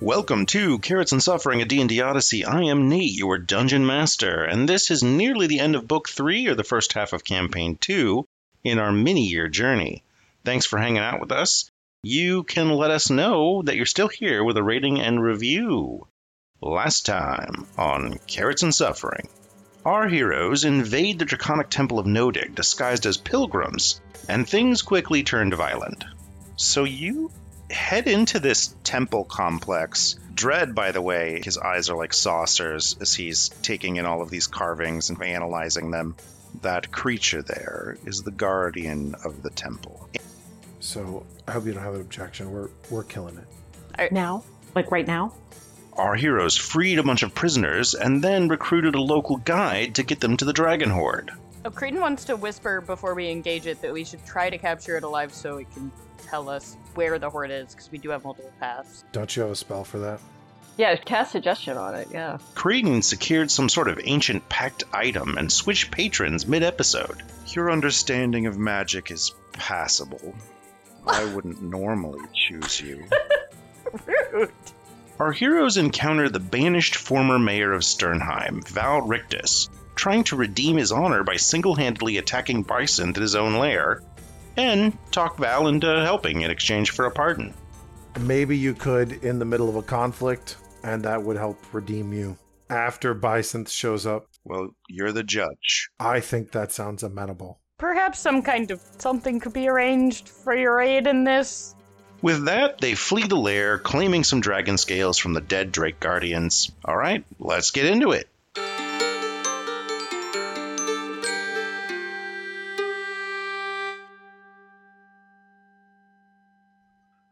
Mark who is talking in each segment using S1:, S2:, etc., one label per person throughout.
S1: Welcome to Carrots and Suffering, a D&D Odyssey. I am Nate, your Dungeon Master, and this is nearly the end of Book 3, or the first half of Campaign 2, in our mini-year journey. Thanks for hanging out with us. You can let us know that you're still here with a rating and review. Last time on Carrots and Suffering, our heroes invade the draconic temple of Nodig disguised as pilgrims, and things quickly turned violent. So you head into this temple complex. Dread, by the way, his eyes are like saucers as he's taking in all of these carvings and analyzing them. That creature there is the guardian of the temple.
S2: So I hope you don't have an objection. We're we're killing it.
S3: now? Like right now?
S1: Our heroes freed a bunch of prisoners and then recruited a local guide to get them to the Dragon Horde.
S4: Oh, Creedon wants to whisper before we engage it that we should try to capture it alive so it can tell us where the horde is, because we do have multiple paths.
S2: Don't you have a spell for that?
S5: Yeah, cast suggestion on it. Yeah.
S1: Creedon secured some sort of ancient packed item and switched patrons mid episode. Your understanding of magic is passable. I wouldn't normally choose you.
S4: Rude.
S1: Our heroes encounter the banished former mayor of Sternheim, Val Rictus, trying to redeem his honor by single handedly attacking Bryson at his own lair, and talk Val into helping in exchange for a pardon.
S2: Maybe you could in the middle of a conflict, and that would help redeem you. After Bysynth shows up,
S1: Well, you're the judge.
S2: I think that sounds amenable.
S4: Perhaps some kind of something could be arranged for your aid in this.
S1: With that, they flee the lair, claiming some dragon scales from the dead Drake Guardians. All right, let's get into it.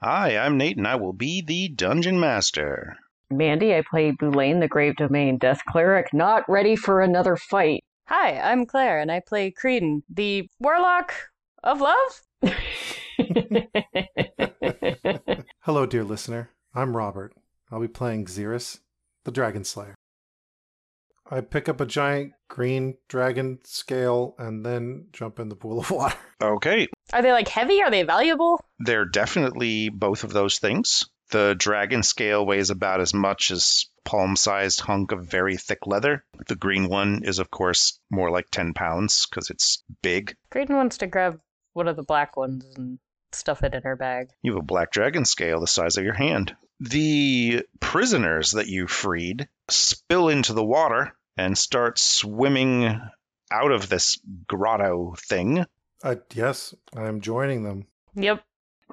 S1: Hi, I'm Nate, and I will be the Dungeon Master.
S5: Mandy, I play Boulain, the Grave Domain Death Cleric, not ready for another fight.
S4: Hi, I'm Claire, and I play Creedon, the warlock of love?
S2: Hello, dear listener. I'm Robert. I'll be playing Xerus, the Dragon Slayer. I pick up a giant green dragon scale and then jump in the pool of water.
S1: Okay,
S4: Are they like heavy? Are they valuable?
S1: they're definitely both of those things. The dragon scale weighs about as much as palm sized hunk of very thick leather. The green one is, of course, more like 10 pounds because it's big.
S4: Creedon wants to grab one of the black ones and stuff it in her bag.
S1: You have a black dragon scale the size of your hand. The prisoners that you freed spill into the water and start swimming out of this grotto thing.
S2: Uh, yes, I'm joining them.
S4: Yep.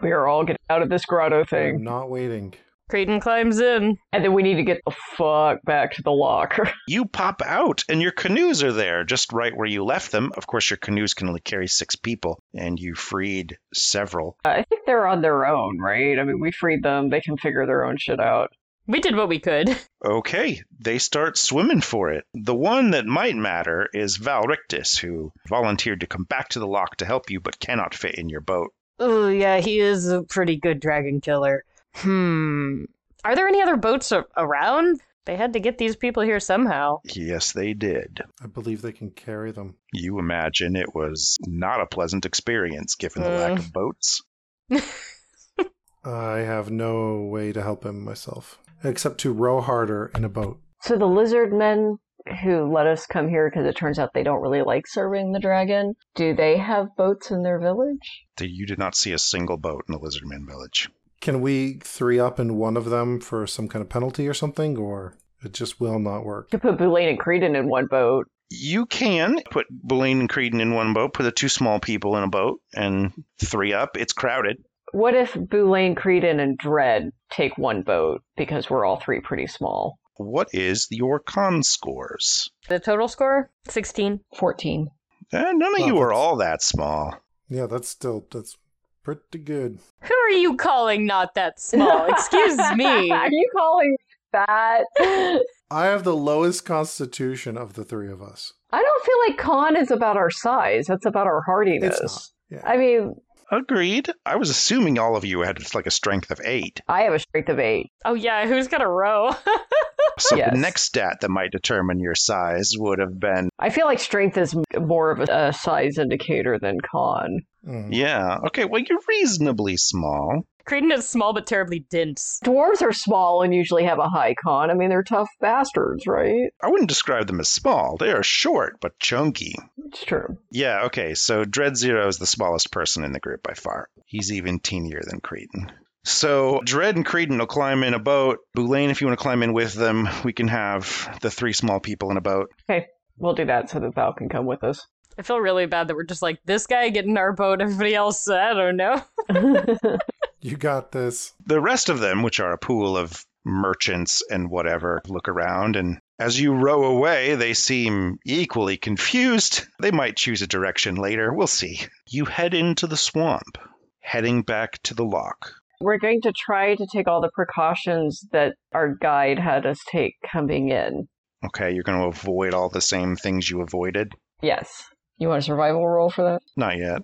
S5: we are all getting out of this grotto
S2: I'm
S5: thing.
S2: not waiting.
S4: Creedon climbs in.
S5: And then we need to get the fuck back to the locker.
S1: You pop out, and your canoes are there, just right where you left them. Of course, your canoes can only carry six people, and you freed several.
S5: I think they're on their own, right? I mean, we freed them. They can figure their own shit out.
S4: We did what we could.
S1: Okay, they start swimming for it. The one that might matter is Valrictus, who volunteered to come back to the lock to help you, but cannot fit in your boat.
S4: Oh, yeah, he is a pretty good dragon killer. Hmm. Are there any other boats a- around? They had to get these people here somehow.
S1: Yes, they did.
S2: I believe they can carry them.
S1: You imagine it was not a pleasant experience given the lack of boats.
S2: I have no way to help him myself, except to row harder in a boat.
S5: So the lizard men who let us come here because it turns out they don't really like serving the dragon, do they have boats in their village?
S1: That You did not see a single boat in the Lizardman village.
S2: Can we three up in one of them for some kind of penalty or something, or it just will not work?
S5: To put Boulain and Creedon in one boat.
S1: You can put Boleyn and Creedon in one boat, put the two small people in a boat, and three up. It's crowded.
S5: What if Boulain, Creedon, and Dread take one boat because we're all three pretty small?
S1: What is your con scores?
S4: The total score? 16.
S5: 14.
S1: Eh, none of
S2: Well,
S1: you are
S2: that's-
S1: all that small.
S2: Yeah, that's still that's pretty good.
S4: Who are you calling not that small? Excuse me.
S5: Are you calling me fat? I
S2: I have the lowest constitution of the three of us.
S5: don't feel like con is about our size. That's about our hardiness.
S2: It's not. Yeah.
S5: I mean,
S1: Agreed. I was assuming all of you had like a strength of eight.
S5: I have a strength of eight.
S4: Oh, yeah, who's gonna row?
S1: So
S5: Yes.
S1: the next stat that might determine your size would have been
S5: I feel like strength is m- more of a, a size indicator than con.
S2: Mm.
S6: Yeah. Okay. Well, you're reasonably small.
S4: Creedon is small but terribly dense.
S5: Dwarves are small and usually have a high con. I mean, they're tough bastards, right?
S1: I wouldn't describe them as small. They are short but chunky.
S5: It's true.
S1: Yeah, okay. So Dread Zero is the smallest person in the group by far. He's even teenier than Creedon. So Dread and Creedon will climb in a boat. Boulain, if you want to climb in with them, we can have the three small people in a boat.
S5: We'll do that so that Val can come with us.
S4: I feel really bad that we're just like this guy getting our boat. Everybody else, I don't know.
S2: You got this.
S1: The rest of them, which are a pool of merchants and whatever, look around and as you row away, they seem equally confused. They might choose a direction later. We'll see. You head into the swamp, heading back to the lock.
S5: We're going to try to take all the precautions that our guide had us take coming in.
S1: Okay, you're going to avoid all the same things you avoided?
S5: Yes. You want a survival roll for that?
S1: Not yet.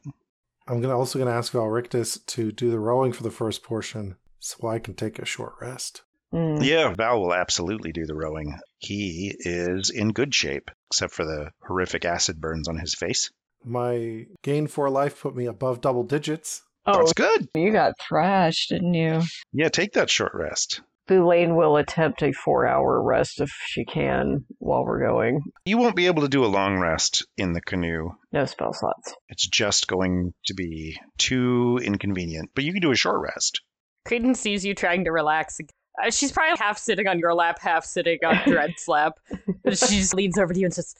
S2: I'm gonna also gonna ask Valrictus to do the rowing for the first portion, so I can take a short rest.
S5: Mm.
S1: Yeah, Val will absolutely do the rowing. He is in good shape, except for the horrific acid burns on his face.
S2: My gain for life put me above double digits.
S5: Oh,
S1: That's good.
S5: you got thrashed, didn't you?
S1: Yeah, take that short rest.
S5: Boulain will attempt a four hour rest if she can while we're going.
S1: You won't be able to do a long rest in the canoe.
S5: No spell slots.
S1: It's just going to be too inconvenient, but you can do a short rest.
S4: Creedon sees you trying to relax. Uh, she's probably half sitting on your lap, half sitting on Dread's lap. She just leans over to you and says,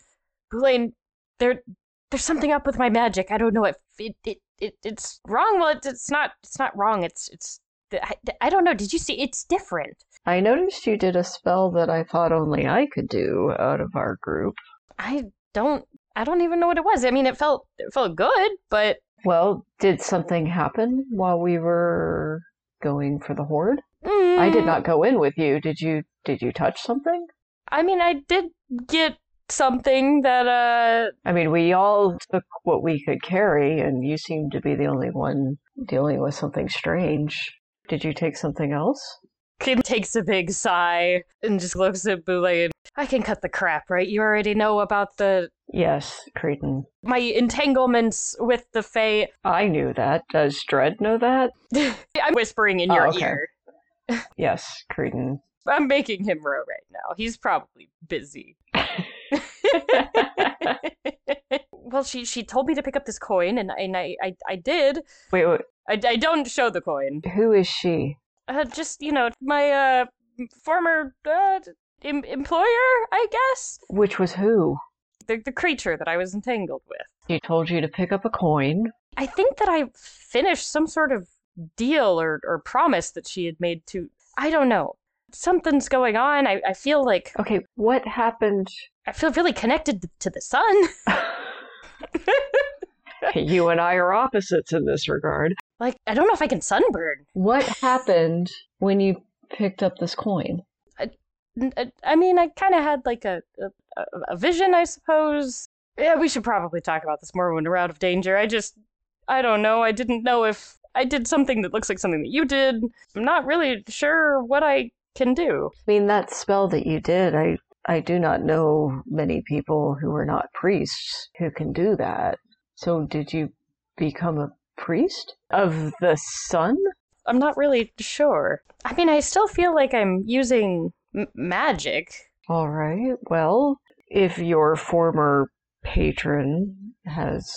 S4: "Boulain, there, there's something up with my magic. I don't know if it, it, it it's wrong. Well, it's, it's not. It's not wrong. It's, it's. I, I don't know. Did you see? It's different.
S5: I noticed you did a spell that I thought only I could do out of our group.
S4: I don't. I don't even know what it was. I mean, it felt, it felt good, but
S5: Well, did something happen while we were going for the horde? I did
S4: Mm.
S5: not go in with you. Did you did you touch something?
S4: I mean, I did get something that uh
S5: I mean, we all took what we could carry and you seemed to be the only one dealing with something strange. Did you take something else?
S4: Kim takes a big sigh and just looks at Boulain. I can cut the crap, right? You already know about the
S5: Yes, Cretan.
S4: my entanglements with the Fae.
S5: I knew that. Does Dread know that?
S4: I'm whispering in
S5: Oh,
S4: your
S5: okay.
S4: ear.
S5: Yes, Cretan.
S4: I'm making him row right now. He's probably busy. well, she she told me to pick up this coin, and and I I, I did.
S5: Wait, wait,
S4: I, I don't show the coin.
S5: who is she?
S4: Uh, just you know, my uh former uh, em- employer, I guess.
S5: Which was who?
S4: the, the creature that I was entangled with.
S5: She told you to pick up a coin.
S4: I think that I finished some sort of deal or, or promise that she had made to. I don't know. Something's going on. I, I feel like.
S5: Okay, what happened?
S4: I feel really connected to the sun.
S5: you and I are opposites in this regard.
S4: Like, I don't know if I can sunburn.
S5: What happened when you picked up this coin?
S4: N- I- I mean, I kind of had like a, a, a vision, I suppose. Yeah, we should probably talk about this more when we're out of danger. I just. I don't know. I didn't know if I did something that looks like something that you did. I'm not really sure what I can do.
S5: I mean, that spell that you did, I, I do not know many people who are not priests who can do that. So, did you become a priest of the sun?
S4: I'm not really sure. I mean, I still feel like I'm using m- magic.
S5: All right. Well, if your former patron has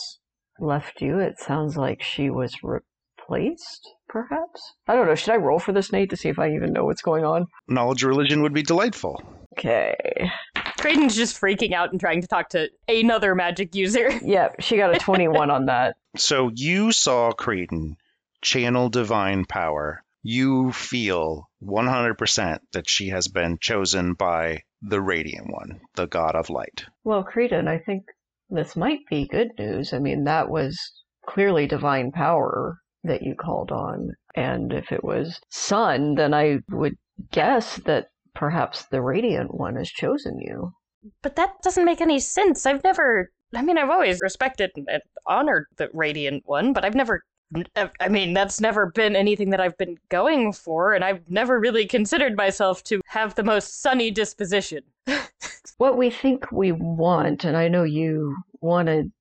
S5: left you, it sounds like she was replaced, perhaps? I don't know. Should I roll for this, Nate, to see if I even know what's going on?
S1: Knowledge of religion would be delightful.
S5: Okay.
S4: Creighton's just freaking out and trying to talk to another magic user.
S5: Yep, she got a 21 on that.
S1: So you saw Creedon channel divine power. You feel 100% that she has been chosen by the Radiant One, the God of Light.
S5: Well, Cretan, I think this might be good news. I mean, that was clearly divine power that you called on. And if it was sun, then I would guess that perhaps the Radiant One has chosen you.
S4: But that doesn't make any sense. I've never. I mean, I've always respected and honored the Radiant One, but I've never I mean, that's never been anything that I've been going for, and I've never really considered myself to have the most sunny disposition.
S5: what we think we want, and I know you wanted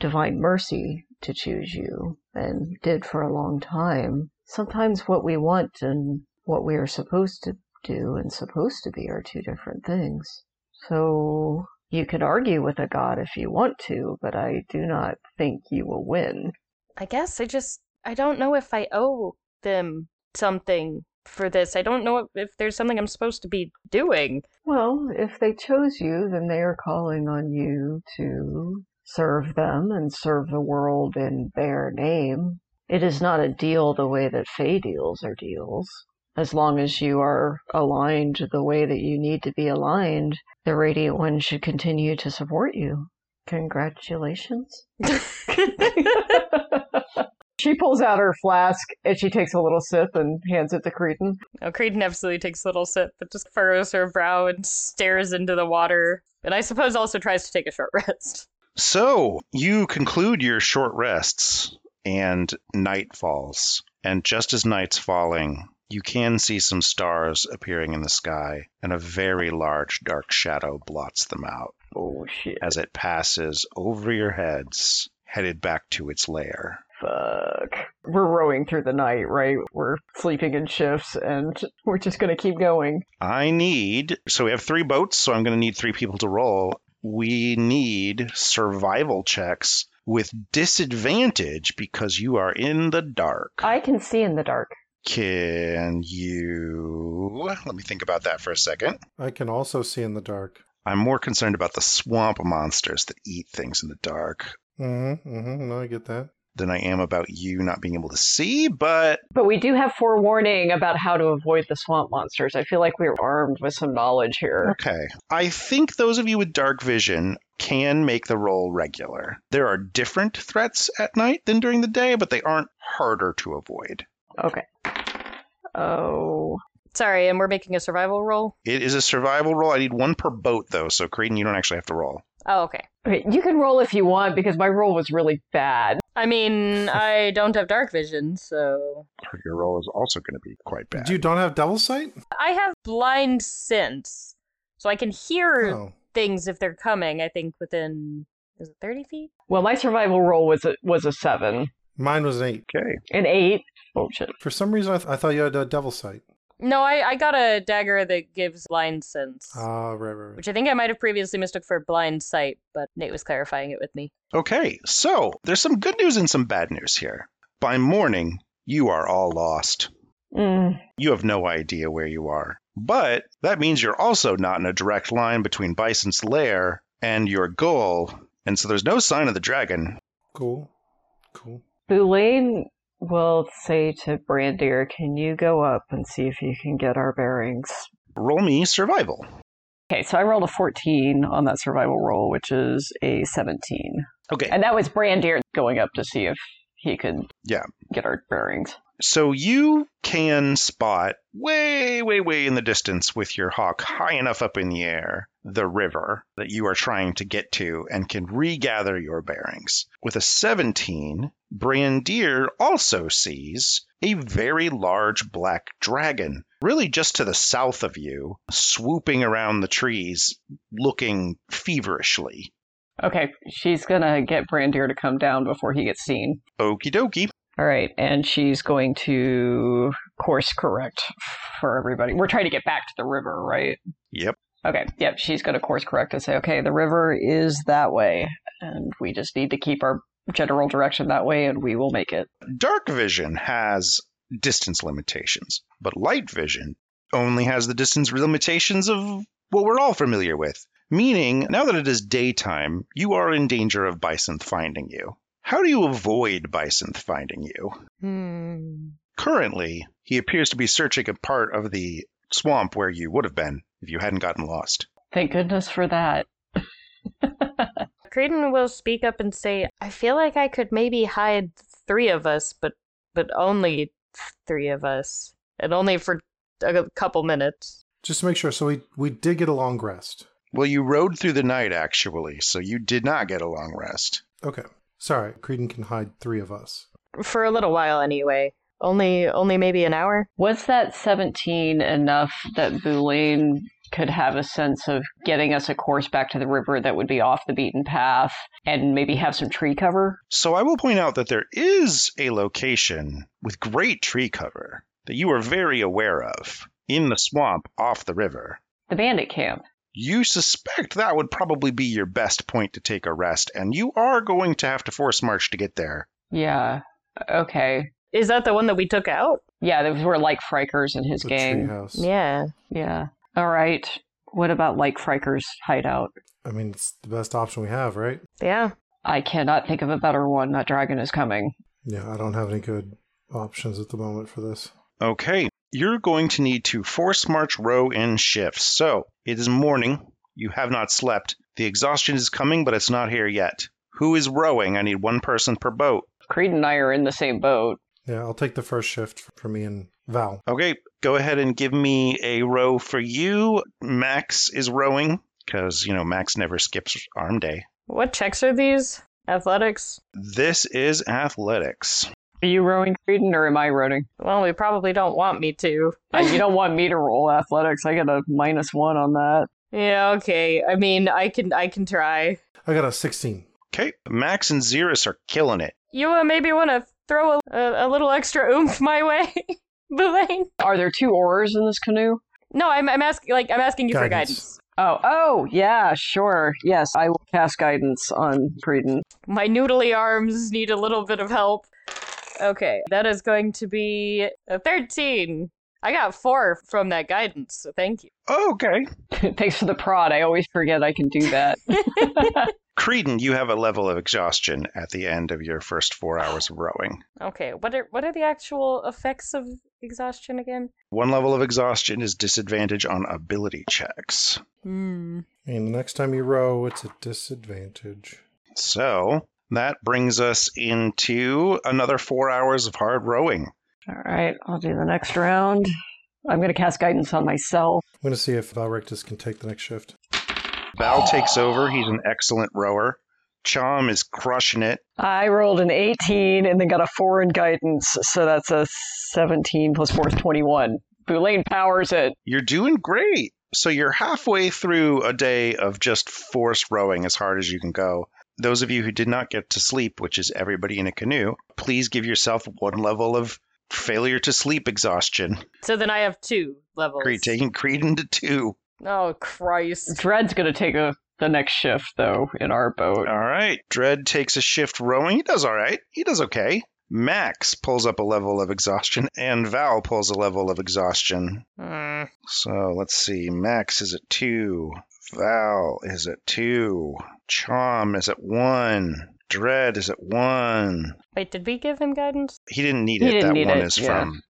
S5: Divine Mercy to choose you, and did for a long time. Sometimes what we want and what we are supposed to do and supposed to be are two different things. So you could argue with a god if you want to, but I do not think you will win.
S4: I guess I just I don't know if I owe them something for this. I don't know if there's something I'm supposed to be doing.
S5: Well, if they chose you, then they are calling on you to serve them and serve the world in their name. It is not a deal the way that Fey deals or deals. As long as you are aligned the way that you need to be aligned, the Radiant One should continue to support you. Congratulations. she pulls out her flask and she takes a little sip and hands it to Cretan.
S4: No, Cretan absolutely takes a little sip, but just furrows her brow and stares into the water. And I suppose also tries to take a short rest.
S1: So you conclude your short rests, and night falls. And just as night's falling, you can see some stars appearing in the sky, and a very large dark shadow blots them out
S5: Oh shit.
S1: as it passes over your heads, headed back to its lair.
S5: Fuck. We're rowing through the night, right? We're sleeping in shifts and we're just going to keep going.
S1: I need, so we have three boats, so I'm going to need three people to roll. We need survival checks with disadvantage because you are in the dark.
S5: I can see in the dark.
S1: Can you? Let me think about that for a second.
S2: I can also see in the dark.
S1: I'm more concerned about the swamp monsters that eat things in the dark
S2: Mm-hmm. Mm-hmm. No, I get that.
S1: than I am about you not being able to see, but
S5: But we do have forewarning about how to avoid the swamp monsters. I feel like we're armed with some knowledge here.
S1: Okay. I think those of you with dark vision can make the roll regular. There are different threats at night than during the day, but they aren't harder to avoid.
S5: Okay. Oh.
S4: Sorry, and we're making a survival roll.
S1: It is a survival roll. I need one per boat, though, so Creedon, you don't actually have to roll.
S4: Oh, okay.
S5: Okay, you can roll if you want because my roll was really bad.
S4: I mean, I don't have dark vision, so
S1: Or Your roll is also going to be quite bad.
S2: You don't have devil sight?
S4: I have blind sense, so I can hear
S2: Oh.
S4: things if they're coming. I think within is it thirty feet?
S5: Well, my survival roll was a, was a seven,
S2: Mine was an eight.
S1: Okay.
S5: an eight. Oh shit!
S2: For some reason, I, th- I thought you had a devil sight.
S4: No, I, I got a dagger that gives blind sense,
S2: Ah, right, right, right.
S4: which I think I might have previously mistook for blind sight, but Nate was clarifying it with me.
S1: Okay. So there's some good news and some bad news here. By morning, you are all lost.
S5: Mm.
S1: You have no idea where you are. But that means you're also not in a direct line between Bison's lair and your goal. And so there's no sign of the dragon.
S2: Cool. Cool.
S5: Boulain will say to Brandir, "Can you go up and see if you can get our bearings?"
S1: Roll me survival.
S5: Okay, so I rolled a fourteen on that survival roll, which is a seventeen,
S1: Okay.
S5: and that was Brandir going up to see if he could
S1: Yeah.
S5: get our bearings.
S1: So you can spot way, way, way in the distance with your hawk high enough up in the air the river that you are trying to get to and can regather your bearings. With a 17, Brandir also sees a very large black dragon, really just to the south of you, swooping around the trees, looking feverishly.
S5: Okay, she's gonna get Brandir to come down before he gets seen.
S1: Okie dokie.
S5: All right, and she's going to course correct for everybody. We're trying to get back to the river, right?
S1: Yep.
S5: Okay, yep, she's going to course correct and say, okay, the river is that way, and we just need to keep our general direction that way, and we will make it.
S1: dark vision has distance limitations, but light vision only has the distance limitations of what we're all familiar with. Meaning, now that it is daytime, you are in danger of Bison finding you. How do you avoid Bison finding you?
S4: Hmm.
S1: Currently, he appears to be searching a part of the swamp where you would have been if you hadn't gotten lost.
S5: Thank goodness for that.
S4: Creighton will speak up and say, "I feel like I could maybe hide three of us, but but only three of us, and only for a couple minutes."
S2: Just to make sure. So we, we did get a long rest.
S1: Well, you rode through the night, actually, so you did not get a long rest.
S2: Okay. Sorry. Creedon can hide three of us.
S4: for a little while anyway. Only only maybe an hour.
S5: Was that 17 enough that Boleyn could have a sense of getting us a course back to the river that would be off the beaten path and maybe have some tree cover?
S1: So I will point out that there is a location with great tree cover that you are very aware of in the swamp off the river.
S5: The bandit camp.
S1: You suspect that would probably be your best point to take a rest, and you are going to have to force march to get there.
S5: Yeah. Okay.
S4: Is that the one that we took out?
S5: Yeah, those were like Frikers and his
S2: The
S5: gang.
S2: treehouse.
S4: Yeah.
S5: Yeah. All right. What about like Friker's hideout?
S2: I mean, it's the best option we have, right?
S4: Yeah.
S5: I cannot think of a better one. That dragon is coming.
S2: Yeah, I don't have any good options at the moment for this.
S1: Okay, you're going to need to force march row in shifts. So it is morning. You have not slept. The exhaustion is coming, but it's not here yet. Who is rowing? I need one person per boat.
S5: Creed and I are in the same boat.
S2: Yeah, I'll take the first shift for me and Val.
S1: Okay, go ahead and give me a row for you. Max is rowing because, you know, Max never skips arm day.
S4: What checks are these? Athletics?
S1: This is athletics.
S5: Are you rowing, Creedon, or am I rowing?
S4: Well, we probably don't want me to.
S5: Uh, you don't want me to roll athletics. I got a minus one on that.
S4: Yeah, okay. I mean, I can I can try.
S2: I got a 16.
S1: Okay, Max and Xeris are killing it.
S4: You uh, maybe want to throw a, a, a little extra oomph my way, Boulain?
S5: Are there two oars in this canoe?
S4: No, I'm I'm asking like I'm asking you for
S2: Guidance.
S4: guidance.
S5: Oh, oh, yeah, sure. Yes, I will cast guidance on Creedon.
S4: My noodly arms need a little bit of help. Okay, that is going to be a 13. I got 4 from that guidance, so thank you.
S1: Okay.
S5: Thanks for the prod. I always forget I can do that.
S1: Creedon, you have a level of exhaustion at the end of your first four hours of rowing.
S4: Okay, what are what are the actual effects of exhaustion again?
S1: One level of exhaustion is disadvantage on ability checks.
S4: Hmm.
S2: And the next time you row, it's a disadvantage.
S1: So that brings us into another four hours of hard rowing.
S5: All right, I'll do the next round. I'm going to cast guidance on myself.
S2: I'm going to see if Valrictus can take the next shift.
S1: Val takes over. He's an excellent rower. Chom is crushing it.
S5: I rolled an 18 and then got a 4 in guidance, so that's a 17 plus 4 is 21. Boulain powers it.
S1: You're doing great. So you're halfway through a day of just forced rowing as hard as you can go. Those of you who did not get to sleep, which is everybody in a canoe, please give yourself one level of failure to sleep exhaustion.
S4: So then I have 2 levels.
S1: Creed taking Creed into two.
S4: Oh Christ.
S5: Dred's going to take a, the next shift, though, in our boat.
S1: All right. Dread takes a shift rowing. He does all right. He does okay. Max pulls up a level of exhaustion, and Val pulls a level of exhaustion.
S4: Hmm.
S1: So let's see. Max is at two. Val is at two. Chom is at one. Dread is at one.
S4: Wait, did we give him guidance?
S1: He didn't need
S5: He
S1: it.
S5: didn't
S1: that
S5: need
S1: one
S5: it,
S1: is
S5: yeah.
S1: from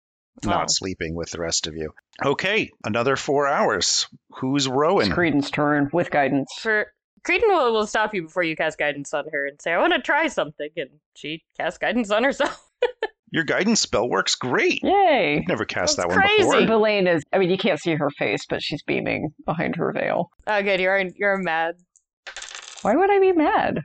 S1: not
S4: Oh.
S1: sleeping with the rest of you. Okay, another four hours. Who's
S5: It's
S1: rowing?
S5: Creedon's turn with guidance.
S4: For Creedon will, will stop you before you cast guidance on her and say, I want to try something. And she casts guidance on herself.
S1: Your guidance spell works great.
S5: Yay!
S1: Never cast that
S4: That's
S1: one
S4: crazy.
S1: before.
S5: Boulain is, I mean, you can't see her face, but she's beaming behind her veil.
S4: oh, good. You're, you're mad.
S5: Why would I be mad?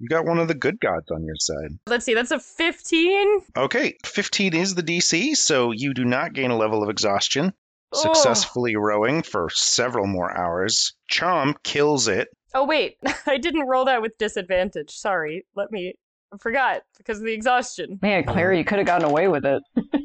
S1: You got one of the good gods on your side.
S4: Let's see. That's a 15.
S1: Okay, 15 is the DC, so you do not gain a level of exhaustion.
S4: Oh.
S1: Successfully rowing for several more hours. Chom kills it.
S4: Oh, wait. I didn't roll that with disadvantage. Sorry. Let me. I forgot because of the exhaustion.
S5: Man, Claire, you could have gotten away with it.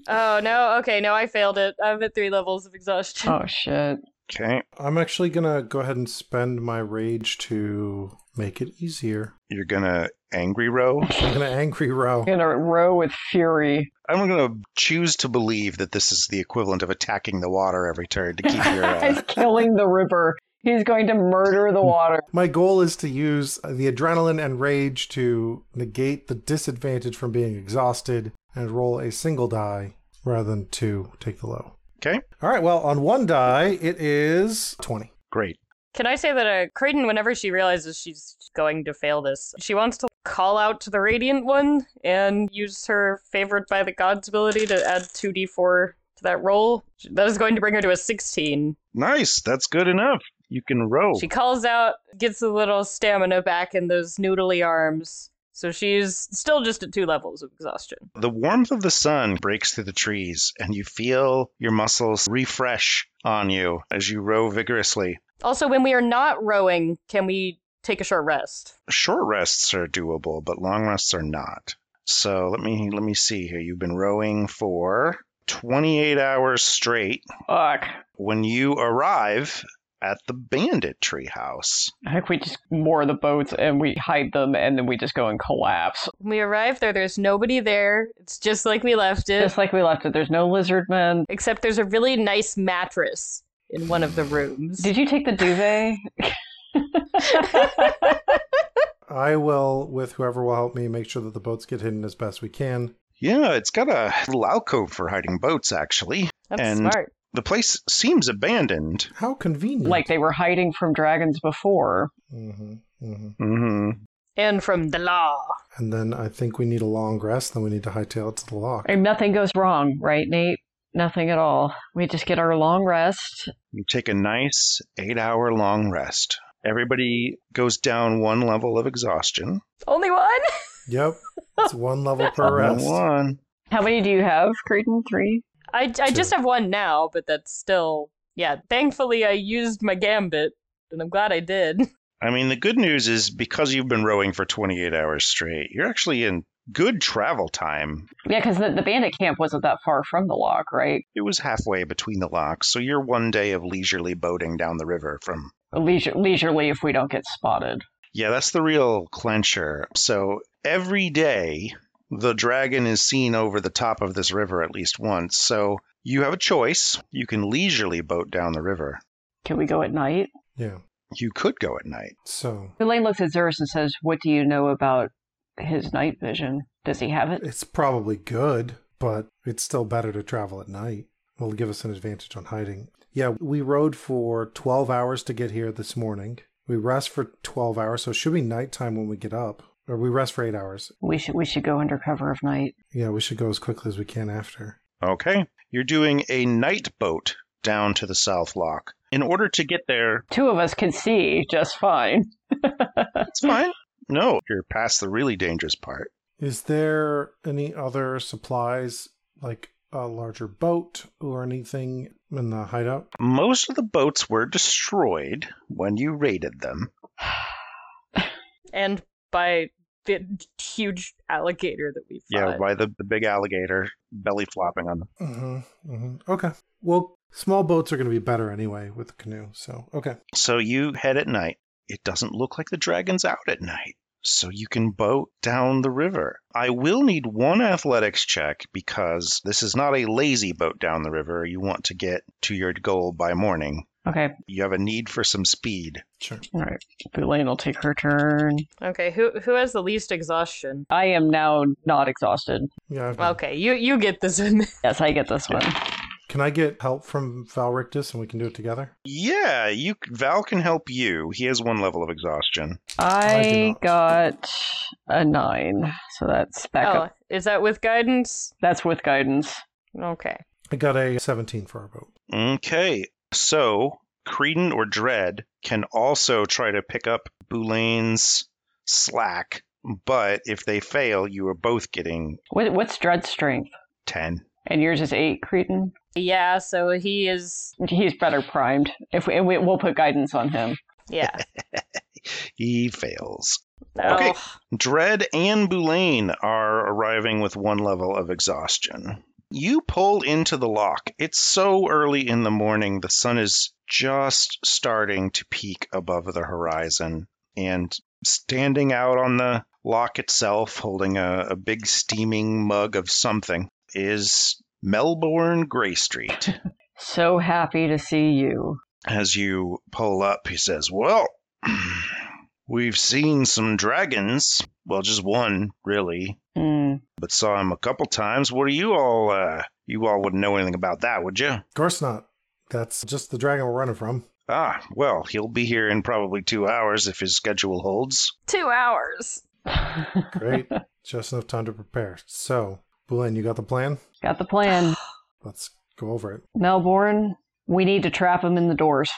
S4: Oh, no. Okay. No, I failed it. I'm at three levels of exhaustion.
S5: Oh, shit.
S1: Okay,
S2: I'm actually going to go ahead and spend my rage to make it easier.
S1: you're gonna angry row.
S2: I'm going to angry row.
S5: I'm going to row with fury.
S1: I'm gonna choose to believe that this is the equivalent of attacking the water every turn to keep your.
S5: He's
S1: Uh,
S5: killing the river. He's going to murder the water.
S2: My goal is to use the adrenaline and rage to negate the disadvantage from being exhausted and roll a single die rather than two, take the low.
S1: okay,
S2: All right, well, on one die, it is 20.
S1: great.
S4: Can I say that uh, Creighton, whenever she realizes she's going to fail this, she wants to call out to the Radiant One and use her favored by the gods ability to add 2d4 to that roll. That is going to bring her to a 16.
S1: Nice, that's good enough. You can row.
S4: She calls out, gets a little stamina back in those noodly arms, So she's still just at two levels of exhaustion.
S1: The warmth of the sun breaks through the trees, and you feel your muscles refresh on you as you row vigorously.
S4: Also, when we are not rowing, can we take a short rest?
S1: Short rests are doable, but long rests are not. So let me let me see here. You've been rowing for 28 hours straight.
S5: Fuck.
S1: When you arrive at the bandit treehouse,
S5: I think we just moor the boats and we hide them and then we just go and collapse.
S4: When we arrive there, there's nobody there. It's just like we left it,
S5: Just like we left it, there's no lizard men.
S4: except there's a really nice mattress in one of the rooms.
S5: Did you take the duvet?
S2: I will, with whoever will help me, make sure that the boats get hidden as best we can.
S1: yeah, it's got a little alcove for hiding boats. Actually,
S4: That's
S1: and-
S4: smart.
S1: the place seems abandoned.
S2: How convenient.
S5: like they were hiding from dragons before.
S2: hmm hmm
S1: hmm
S4: And from the law.
S2: And then I think we need a long rest, then we need to hightail it to the lock.
S5: And nothing goes wrong, right, Nate? Nothing at all. We just get our long rest.
S1: You take a nice eight-hour long rest. Everybody goes down one level of exhaustion.
S4: Only one?
S2: Yep. It's one level per rest.
S1: One.
S5: How many do you have, Creedon? Three?
S4: I, I just
S2: Sure.
S4: have one now, but that's still. Yeah, thankfully I used my gambit, and I'm glad I did.
S1: I mean, the good news is because you've been rowing for 28 hours straight, you're actually in good travel time.
S5: Yeah, because the, the bandit camp wasn't that far from the lock, right?
S1: It was halfway between the locks, so you're one day of leisurely boating down the river from.
S5: Leisure, leisurely if we don't get spotted.
S1: Yeah, that's the real clencher. So every day, the dragon is seen over the top of this river at least once. So you have a choice. You can leisurely boat down the river.
S5: Can we go at night?
S2: Yeah.
S1: You could go at night.
S2: So
S5: Elaine looks at Zerus and says, What do you know about his night vision? Does he have it?
S2: it's probably good, but it's still better to travel at night. It'll give us an advantage on hiding. Yeah, we rode for 12 hours to get here this morning. We rest for 12 hours, so it should be nighttime when we get up. Or we rest for eight hours.
S5: We should we should go under cover of night.
S2: Yeah, we should go as quickly as we can after.
S1: Okay. You're doing a night boat down to the south lock. In order to get there,
S5: Two of us can see just fine.
S1: It's fine. No, you're past the really dangerous part.
S2: Is there any other supplies, like a larger boat or anything in the hideout?
S1: Most of the boats were destroyed when you raided them. uh,
S4: And by the huge alligator that we
S1: Yeah,
S4: fought.
S1: by the, the big alligator belly flopping on them.
S2: hmm hmm Okay. Well, small boats are going to be better anyway with the canoe. So, okay.
S1: So you head at night. It doesn't look like the dragon's out at night. So you can boat down the river. I will need one athletics check because this is not a lazy boat down the river. You want to get to your goal by morning.
S5: Okay.
S1: You have a need for some speed.
S2: Sure.
S5: All right. Elaine will take her turn.
S4: Okay, who who has the least exhaustion?
S5: I am now not exhausted.
S2: Yeah. I've-
S4: Okay, you you get this in.
S5: Yes, I get this one.
S2: Can I get help from Valrictus and we can do it together?
S1: Yeah, you Val can help you. He has one level of exhaustion.
S2: I do
S5: I
S2: not.
S5: got a nine, so that's back
S4: Oh,
S5: up.
S4: is that with guidance?
S5: That's with guidance.
S4: Okay.
S2: I got a 17 for our boat.
S1: Okay. So Creedon or Dread can also try to pick up Boulain's slack, but if they fail, you are both getting
S5: What, what's Dread's strength?
S1: 10.
S5: And yours is eight, Cretan.
S4: Yeah, so he is
S5: He's better primed. If we, and we, we'll put guidance on him.
S4: yeah.
S1: He fails.
S4: Oh,
S1: Dread and Boulain are arriving with one level of exhaustion. You pull into the lock. It's so early in the morning, the sun is just starting to peak above the horizon. And standing out on the lock itself, holding a, a big steaming mug of something, is Melbourne Grey Street.
S5: So happy to see you.
S1: As you pull up, he says, Well, we've seen some dragons. Well, just one, really
S5: Mm.
S1: but saw him a couple times. What are you all? Uh, you all wouldn't know anything about that, would you?
S2: Of course not. That's just the dragon we're running from.
S1: Ah, well, he'll be here in probably two hours if his schedule holds.
S4: two hours.
S2: Great. just enough time to prepare. So, Boulain, you got the plan?
S5: Got the plan.
S2: Let's go over it.
S5: Melbourne, we need to trap him in the doors.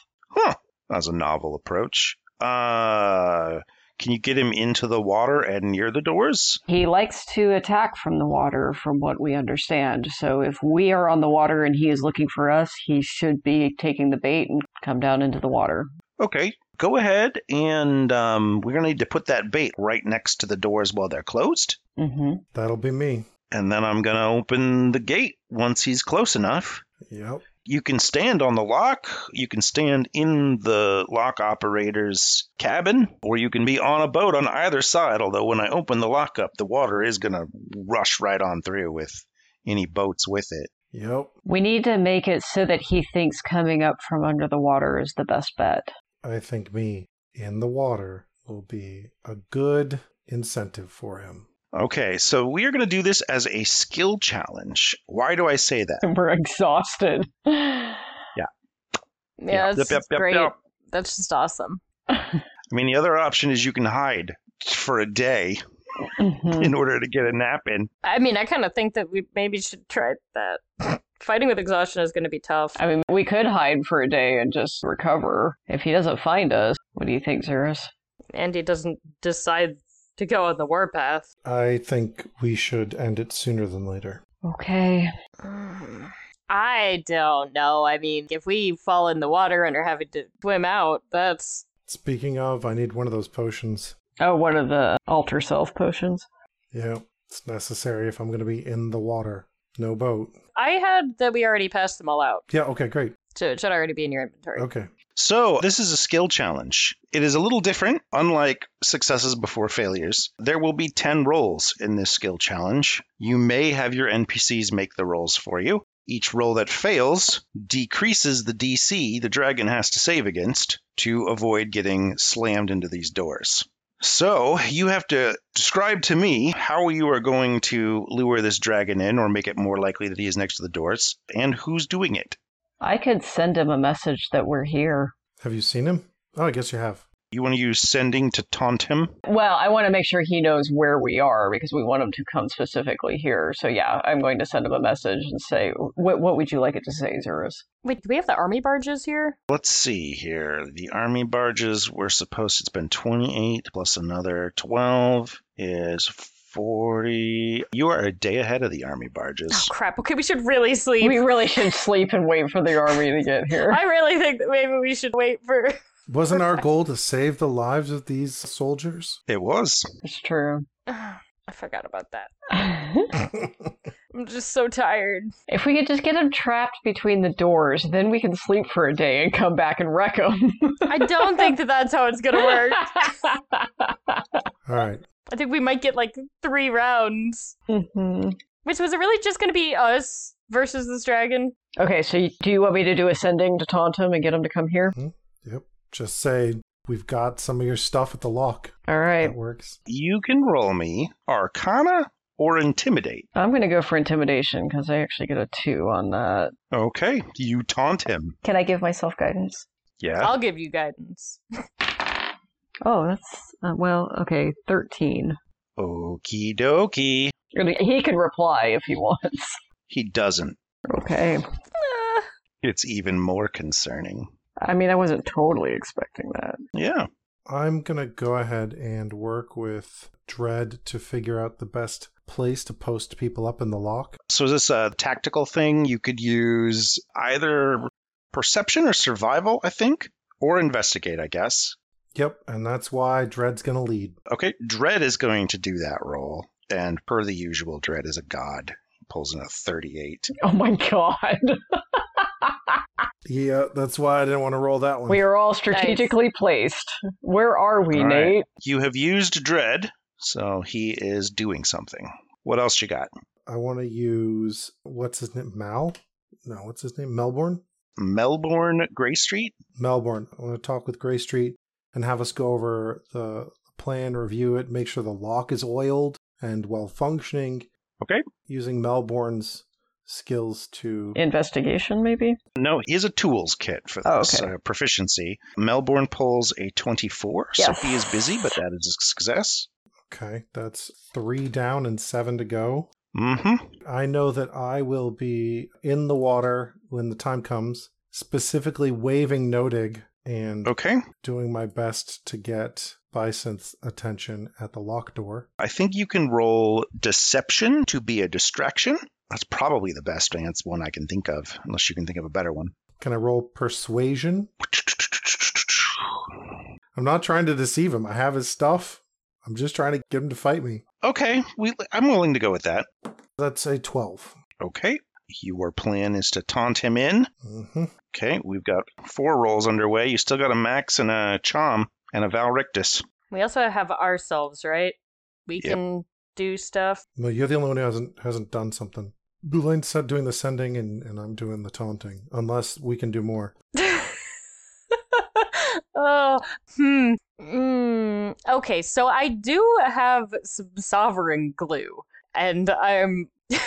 S1: That's a novel approach. Uh, Can you get him into the water and near the doors?
S5: He likes to attack from the water, from what we understand. So if we are on the water and he is looking for us, he should be taking the bait and come down into the water.
S1: Okay, go ahead, and um, we're going to need to put that bait right next to the doors while they're closed.
S5: Mm-hmm.
S2: That'll be me.
S1: And then I'm going to open the gate once he's close enough.
S2: Yep.
S1: you can stand on the lock, you can stand in the lock operator's cabin, or you can be on a boat on either side. Although, when I open the lock up, the water is going to rush right on through with any boats with it.
S2: Yep.
S5: We need to make it so that he thinks coming up from under the water is the best bet.
S2: I think me in the water will be a good incentive for him.
S1: Okay, so we are going to do this as a skill challenge. Why do I say that?
S5: We're exhausted. Mm-hmm.
S4: Yeah,
S1: Yep,
S4: that's
S1: yep, yep,
S4: great.
S1: yep.
S4: That's just awesome.
S1: I mean, the other option is you can hide for a day
S5: Mhm.
S1: in order to get a nap in.
S4: I mean, I kind of think that we maybe should try that. Fighting with exhaustion is going to be tough.
S5: I mean, we could hide for a day and just recover if he doesn't find us. What do you think, Zerus?
S4: Andy doesn't decide to go on the warpath.
S2: I think we should end it sooner than later.
S5: Okay.
S4: I don't know. I mean, if we fall in the water and are having to swim out, that's
S2: Speaking of, I need one of those potions.
S5: Oh, one of the alter self potions.
S2: Yeah, it's necessary if I'm going to be in the water. No boat.
S4: I had that we already passed them all out,
S2: Yeah, okay, great.
S4: so it should already be in your inventory.
S2: Okay.
S1: So, this is a skill challenge. It is a little different, unlike successes before failures. There will be 10 rolls in this skill challenge. You may have your NPCs make the rolls for you. Each roll that fails decreases the DC the dragon has to save against to avoid getting slammed into these doors. So, you have to describe to me how you are going to lure this dragon in or make it more likely that he is next to the doors and who's doing it.
S5: I could send him a message that we're here.
S2: Have you seen him? Oh, I guess you have.
S1: You want to use sending to taunt him?
S5: Well, I want to make sure he knows where we are because we want him to come specifically here. So, yeah, I'm going to send him a message and say, what, what would you like it to say, Zerus?
S4: Wait, do we have the army barges here?
S1: Let's see here. The army barges were supposed it's been 28 plus another 12 is 40. You are a day ahead of the army
S4: Oh
S1: barges.
S4: crap! Okay, we should really sleep.
S5: We really should sleep and wait for the army to get here.
S4: I really think that maybe we should wait for.
S2: Wasn't our goal to save the lives of these soldiers?
S1: It was.
S5: It's true.
S4: I forgot about that.
S5: if
S4: I'm just so tired.
S5: we could just get him trapped between the doors, then we can sleep for a day and come back and wreck him.
S4: I don't think that that's how it's gonna work.
S2: All right.
S4: I think we might get like three rounds.
S5: Mhm.
S4: Which was it really just gonna be us versus this dragon?
S5: Okay, so you- do you want me to do ascending to taunt him and get him to come here?
S2: Yep. Just say, we've got some of your stuff at the lock.
S5: All right.
S2: That works.
S1: You can roll me Arcana or Intimidate.
S5: I'm going to go for intimidation because I actually get a two on that.
S1: Okay. You taunt him.
S5: Can I give myself guidance?
S1: Yeah.
S4: I'll give you guidance.
S5: Oh, that's uh, well, okay, 13.
S1: Okie dokie.
S5: And He can reply if he wants.
S1: He doesn't.
S5: Okay.
S4: Ah,
S1: It's even more concerning.
S5: I mean, I wasn't totally expecting that.
S1: Yeah.
S2: I'm going to go ahead and work with Dread to figure out the best place to post people up in the lock.
S1: So is this a tactical thing? You could use either perception or survival, I think, or investigate, I guess.
S2: Yep. And that's why Dread's going to lead.
S1: Okay, Dread is going to do that roll, and per the usual, Dread is a god. He pulls in a 38.
S5: Oh my god.
S2: Yeah, that's why I didn't want to roll that one.
S5: We are all strategically placed. Where are we,
S1: All right.
S5: Nate?
S1: You have used Dread, so he is doing something. What else you got?
S2: I want to use, what's his name? Mal? No, what's his name? Melbourne?
S1: Melbourne Gray Street?
S2: Melbourne. I want to talk with Gray Street and have us go over the plan, review it, make sure the lock is oiled and well functioning.
S1: Okay.
S2: Using Melbourne's skills to.
S5: Investigation, maybe?
S1: No, he has a tools kit for
S5: Oh,
S1: this
S5: okay.
S1: uh, proficiency. Melbourne pulls a 24,
S5: Yes.
S1: so he is busy, but that is a success.
S2: Okay, that's three down and seven to go.
S1: hmm.
S2: I know that I will be in the water when the time comes, specifically waving no dig and
S1: Okay.
S2: doing my best to get Bison's attention at the lock door.
S1: I think you can roll deception to be a distraction. That's probably the best man. That's one I can think of, unless you can think of a better one.
S2: Can I roll persuasion? I'm not trying to deceive him. I have his stuff. I'm just trying to get him to fight me.
S1: Okay, we, I'm willing to go with that.
S2: That's a 12.
S1: Okay. Your plan is to taunt him in.
S2: hmm
S1: Okay, we've got four rolls underway. You still got a Max and a Chom and a Valrictus.
S4: We also have ourselves, right? We
S1: Yep.
S4: can do stuff.
S2: Well, you're the only one who hasn't hasn't done something. Boulain's said doing the sending, and, and I'm doing the taunting. Unless we can do more.
S4: oh, hmm. Mm, okay, so I do have some sovereign glue, and I'm.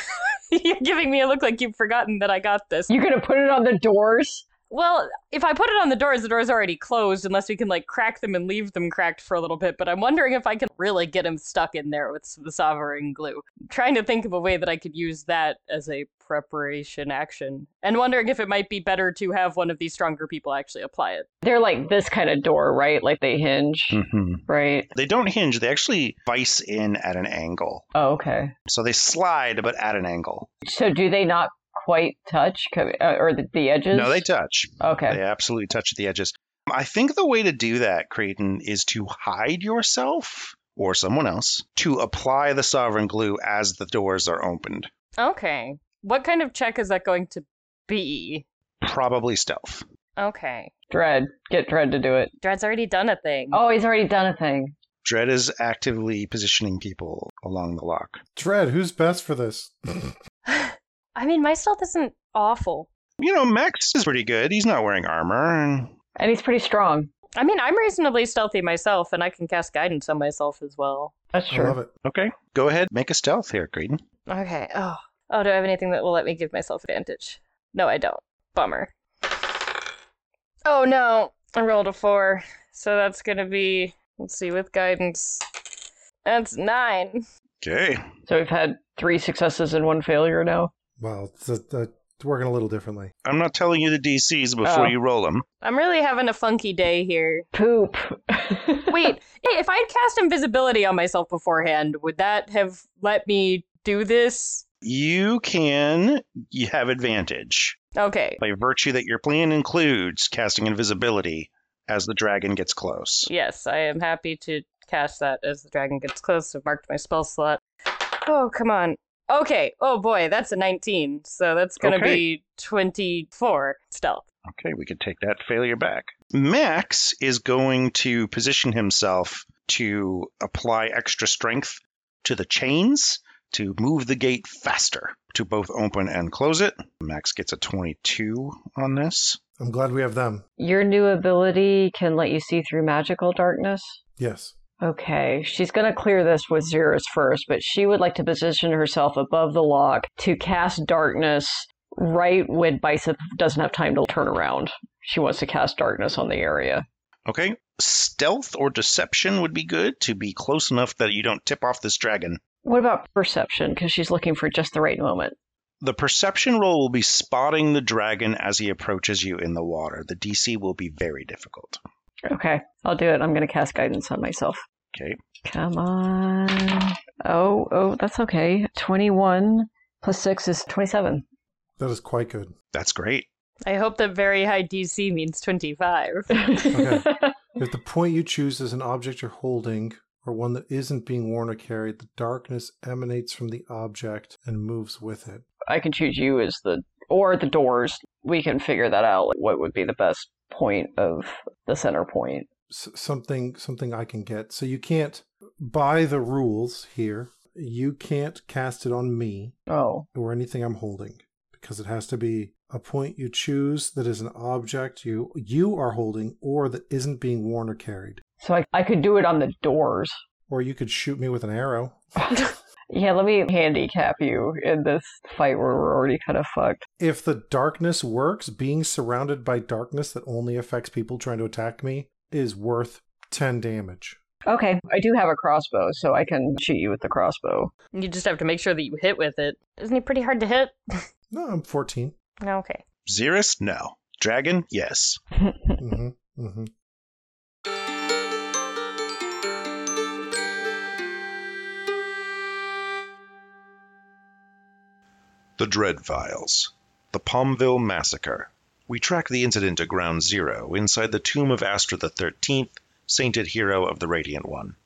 S4: You're giving me a look like you've forgotten that I got this.
S5: You're gonna put it on the doors?
S4: Well, if I put it on the doors, the door's already closed unless we can like crack them and leave them cracked for a little bit, but I'm wondering if I can really get him stuck in there with the sovereign glue. I'm trying to think of a way that I could use that as a preparation action. And wondering if it might be better to have one of these stronger people actually apply it.
S5: They're like this kind of door, right? Like they hinge,
S1: Mm-hmm.
S5: right?
S1: They don't hinge, they actually vice in at an angle.
S5: Oh, okay.
S1: So they slide, but at an angle.
S5: So do they not quite touch, Co- uh, or the, the edges?
S1: No, they touch.
S5: Okay.
S1: They absolutely touch at the edges. I think the way to do that, Creighton, is to hide yourself or someone else to apply the sovereign glue as the doors are opened.
S4: Okay. What kind of check is that going to be?
S1: Probably stealth.
S4: Okay.
S5: Dread, get Dread to do it.
S4: Dred's already done a thing.
S5: Oh, he's already done a thing.
S1: Dread is actively positioning people along the lock.
S2: Dread, who's best for this?
S4: I mean, my stealth isn't awful.
S1: You know, Max is pretty good. He's not wearing armor. And
S5: And he's pretty strong.
S4: I mean, I'm reasonably stealthy myself, and I can cast guidance on myself as well.
S5: That's
S2: I love
S5: true.
S2: it.
S1: Okay. Go ahead. Make a stealth here, Creighton.
S4: Okay. Oh. Oh, do I have anything that will let me give myself advantage? No, I don't. Bummer. Oh no. I rolled a four. So that's gonna be let's see, with guidance. That's nine.
S1: Okay.
S5: So we've had three successes and one failure now.
S2: Well, it's, uh, it's working a little differently.
S1: I'm not telling you the DCs before
S5: Oh.
S1: you roll them.
S4: I'm really having a funky day here.
S5: Poop.
S4: Wait, hey, if I'd cast invisibility on myself beforehand, would that have let me do this?
S1: You can. You have advantage.
S4: Okay.
S1: by virtue that your plan includes casting invisibility as the dragon gets close.
S4: Yes, I am happy to cast that as the dragon gets close. I've marked my spell slot. Oh, come on. Okay. Oh boy, that's a 19. So that's going to
S1: Okay.
S4: be 24 stealth.
S1: Okay, we could take that failure back. Max is going to position himself to apply extra strength to the chains to move the gate faster to both open and close it. Max gets a 22 on this.
S2: I'm glad we have them.
S5: Your new ability can let you see through magical darkness.
S2: Yes.
S5: Okay, she's going to clear this with Xeris first, but she would like to position herself above the lock to cast darkness right when Bicep doesn't have time to turn around. She wants to cast darkness on the area.
S1: Okay, stealth or deception would be good to be close enough that you don't tip off this dragon.
S5: What about perception? Because she's looking for just the right moment.
S1: The perception roll will be spotting the dragon as he approaches you in the water. The DC will be very difficult.
S5: Okay, I'll do it. I'm going to cast guidance on myself.
S1: Okay.
S5: Come on. Oh, oh, that's okay. 21 plus 6 is 27.
S2: That is quite good.
S1: That's great.
S4: I hope that very high DC means 25.
S2: If the point you choose is an object you're holding or one that isn't being worn or carried, the darkness emanates from the object and moves with it.
S5: I can choose you as the or the doors. We can figure that out. like, What would be the best point of the center point?
S2: S- something something I can get. So you can't by the rules here. You can't cast it on me
S5: Oh,
S2: or anything I'm holding because it has to be a point you choose that is an object you you are holding or that isn't being worn or carried.
S5: so I I could do it on the doors.
S2: Or you could shoot me with an arrow.
S5: Yeah, let me handicap you in this fight where we're already kind of fucked.
S2: If the darkness works, being surrounded by darkness that only affects people trying to attack me is worth 10 damage.
S5: Okay, I do have a crossbow, so I can shoot you with the crossbow.
S4: you just have to make sure that you hit with it. Isn't he pretty hard to hit?
S2: No, I'm 14.
S4: Okay.
S1: Xeris, no. Dragon, yes.
S2: hmm Mm-hmm.
S1: The Dread Files. The Palmville Massacre. We track the incident at Ground Zero, inside the tomb of Astra the Thirteenth, sainted hero of the Radiant One.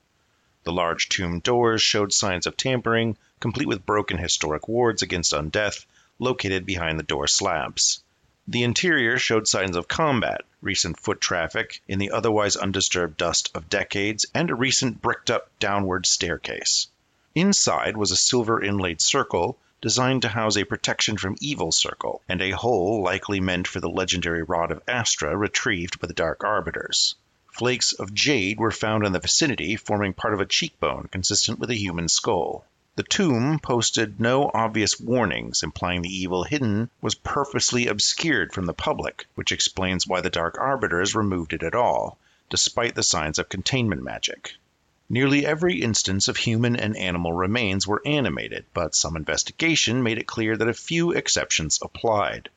S1: The large tomb doors showed signs of tampering, complete with broken historic wards against undeath, located behind the door slabs. The interior showed signs of combat, recent foot traffic in the otherwise undisturbed dust of decades, and a recent bricked up downward staircase. Inside was a silver inlaid circle designed to house a protection from evil circle, and a hole likely meant for the legendary rod of Astra retrieved by the Dark Arbiters. Flakes of jade were found in the vicinity, forming part of a cheekbone consistent with a human skull. The tomb posted no obvious warnings, implying the evil hidden was purposely obscured from the public, which explains why the Dark Arbiters removed it at all, despite the signs of containment magic. Nearly every instance of human and animal remains were animated, but some investigation made it clear that a few exceptions applied.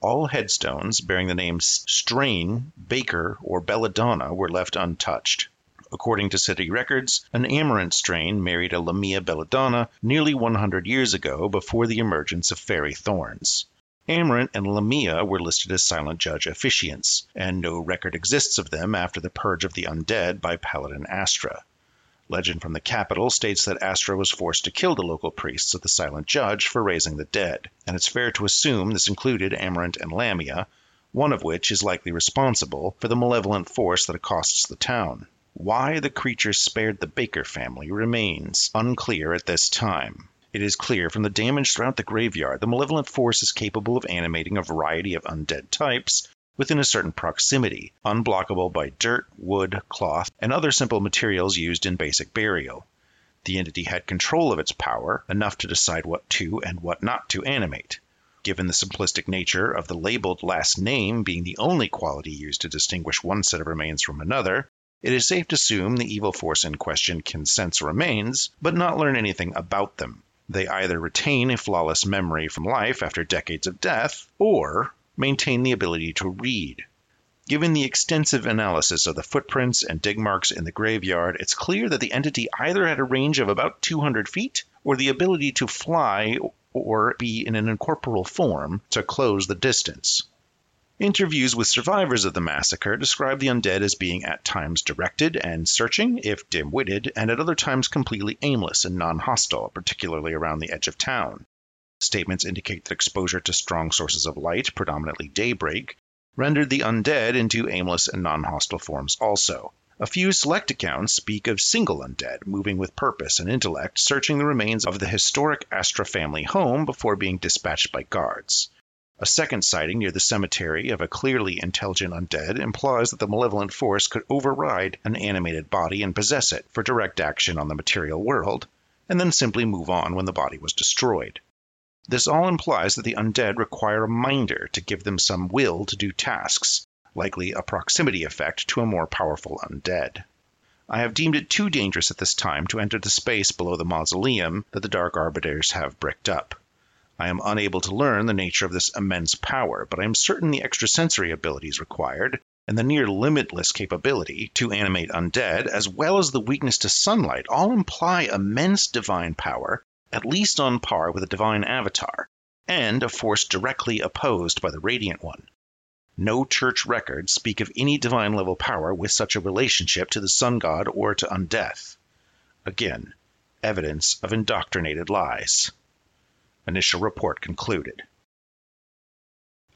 S1: All headstones bearing the names Strain, Baker, or Belladonna were left untouched. According to city records, an Amarant strain married a Lamia Belladonna nearly 100 years ago before the emergence of fairy thorns. Amarant and Lamia were listed as silent judge officiants, and no record exists of them after the purge of the undead by Paladin Astra. Legend from the capital states that Astra was forced to kill the local priests of the Silent Judge for raising the dead, and it's fair to assume this included Amarant and Lamia, one of which is likely responsible for the malevolent force that accosts the town. Why the creature spared the Baker family remains unclear at this time. It is clear from the damage throughout the graveyard the malevolent force is capable of animating a variety of undead types, within a certain proximity, unblockable by dirt, wood, cloth, and other simple materials used in basic burial. The entity had control of its power, enough to decide what to and what not to animate. Given the simplistic nature of the labeled last name being the only quality used to distinguish one set of remains from another, it is safe to assume the evil force in question can sense remains, but not learn anything about them. They either retain a flawless memory from life after decades of death, or maintain the ability to read. Given the extensive analysis of the footprints and dig marks in the graveyard, it's clear that the entity either had a range of about 200 feet or the ability to fly or be in an incorporeal form to close the distance. Interviews with survivors of the massacre describe the undead as being at times directed and searching, if dim witted, and at other times completely aimless and non hostile, particularly around the edge of town. Statements indicate that exposure to strong sources of light, predominantly daybreak, rendered the undead into aimless and non hostile forms also. A few select accounts speak of single undead moving with purpose and intellect, searching the remains of the historic Astra family home before being dispatched by guards. A second sighting near the cemetery of a clearly intelligent undead implies that the malevolent force could override an animated body and possess it for direct action on the material world, and then simply move on when the body was destroyed. This all implies that the undead require a minder to give them some will to do tasks, likely a proximity effect to a more powerful undead. I have deemed it too dangerous at this time to enter the space below the mausoleum that the Dark Arbiters have bricked up. I am unable to learn the nature of this immense power, but I am certain the extrasensory abilities required, and the near limitless capability to animate undead, as well as the weakness to sunlight, all imply immense divine power at least on par with a divine avatar, and a force directly opposed by the Radiant One. No church records speak of any divine level power with such a relationship to the sun god or to undeath. Again, evidence of indoctrinated lies. Initial report concluded.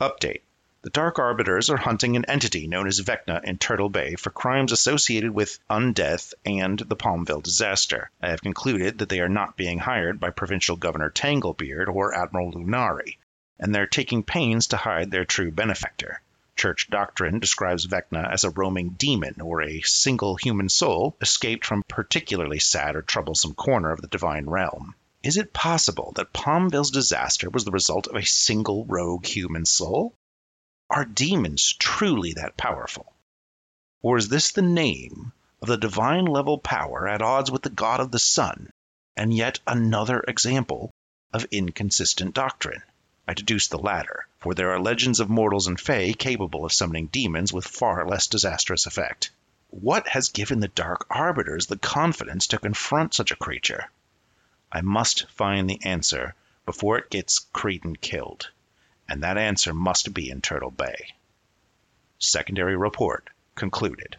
S1: Update The Dark Arbiters are hunting an entity known as Vecna in Turtle Bay for crimes associated with Undeath and the Palmville disaster. I have concluded that they are not being hired by Provincial Governor Tanglebeard or Admiral Lunari, and they're taking pains to hide their true benefactor. Church doctrine describes Vecna as a roaming demon or a single human soul escaped from a particularly sad or troublesome corner of the divine realm. Is it possible that Palmville's disaster was the result of a single rogue human soul? Are demons truly that powerful? Or is this the name of the divine level power at odds with the God of the Sun, and yet another example of inconsistent doctrine? I deduce the latter, for there are legends of mortals and fae capable of summoning demons with far less disastrous effect. What has given the Dark Arbiters the confidence to confront such a creature? I must find the answer before it gets Cretan killed, and that answer must be in Turtle Bay. Secondary report concluded.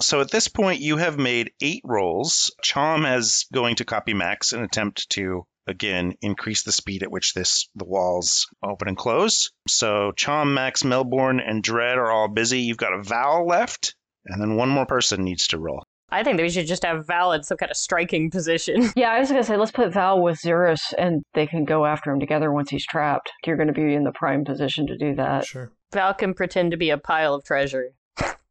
S6: So at this point, you have made eight rolls. Chom has going to copy Max and attempt to again increase the speed at which this the walls open and close. So Chom, Max, Melbourne, and Dread are all busy. You've got a Val left, and then one more person needs to roll.
S4: I think that we should just have Val in some kind of striking position.
S5: Yeah, I was gonna say let's put Val with Xerus and they can go after him together once he's trapped. You're gonna be in the prime position to do that.
S2: Sure.
S4: Val can pretend to be a pile of treasure.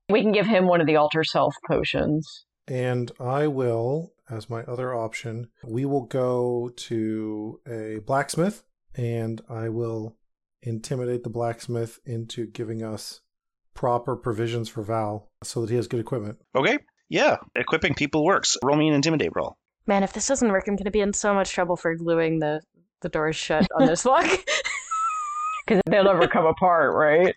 S5: We can give him one of the alter self potions.
S2: And I will, as my other option, we will go to a blacksmith and I will intimidate the blacksmith into giving us proper provisions for Val so that he has good equipment.
S6: Okay. Yeah, equipping people works. Roll me an intimidate roll.
S4: Man, if this doesn't work, I'm going to be in so much trouble for gluing the, the doors shut on this lock.
S5: Because they'll never come apart, right?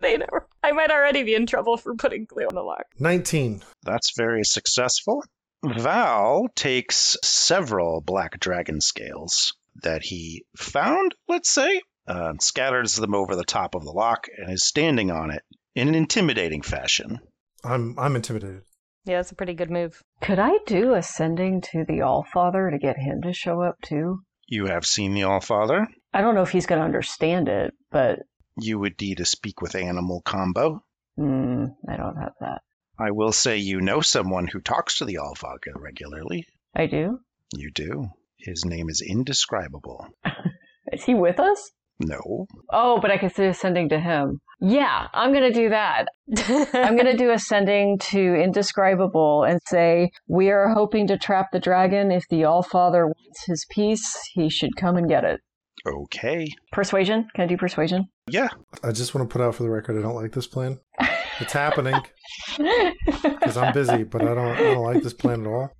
S4: they never. I might already be in trouble for putting glue on the lock.
S2: 19.
S6: That's very successful. Val takes several black dragon scales that he found, let's say, uh, and scatters them over the top of the lock and is standing on it in an intimidating fashion.
S2: I'm I'm intimidated.
S4: Yeah, that's a pretty good move.
S5: Could I do ascending to the Allfather to get him to show up too?
S6: You have seen the Allfather.
S5: I don't know if he's gonna understand it, but
S6: You would need a speak with animal combo.
S5: mm, I don't have that.
S6: I will say you know someone who talks to the Allfather regularly.
S5: I do.
S6: You do. His name is indescribable.
S5: Is he with us?
S6: No.
S5: Oh, but I can do ascending to him. Yeah, I'm gonna do that. I'm going to do ascending to indescribable and say, We are hoping to trap the dragon. If the All Father wants his piece, he should come and get it.
S6: Okay.
S5: Persuasion? Can I do persuasion?
S6: Yeah.
S2: I just want to put out for the record I don't like this plan. It's happening because I'm busy, but I don't I don't like this plan at all.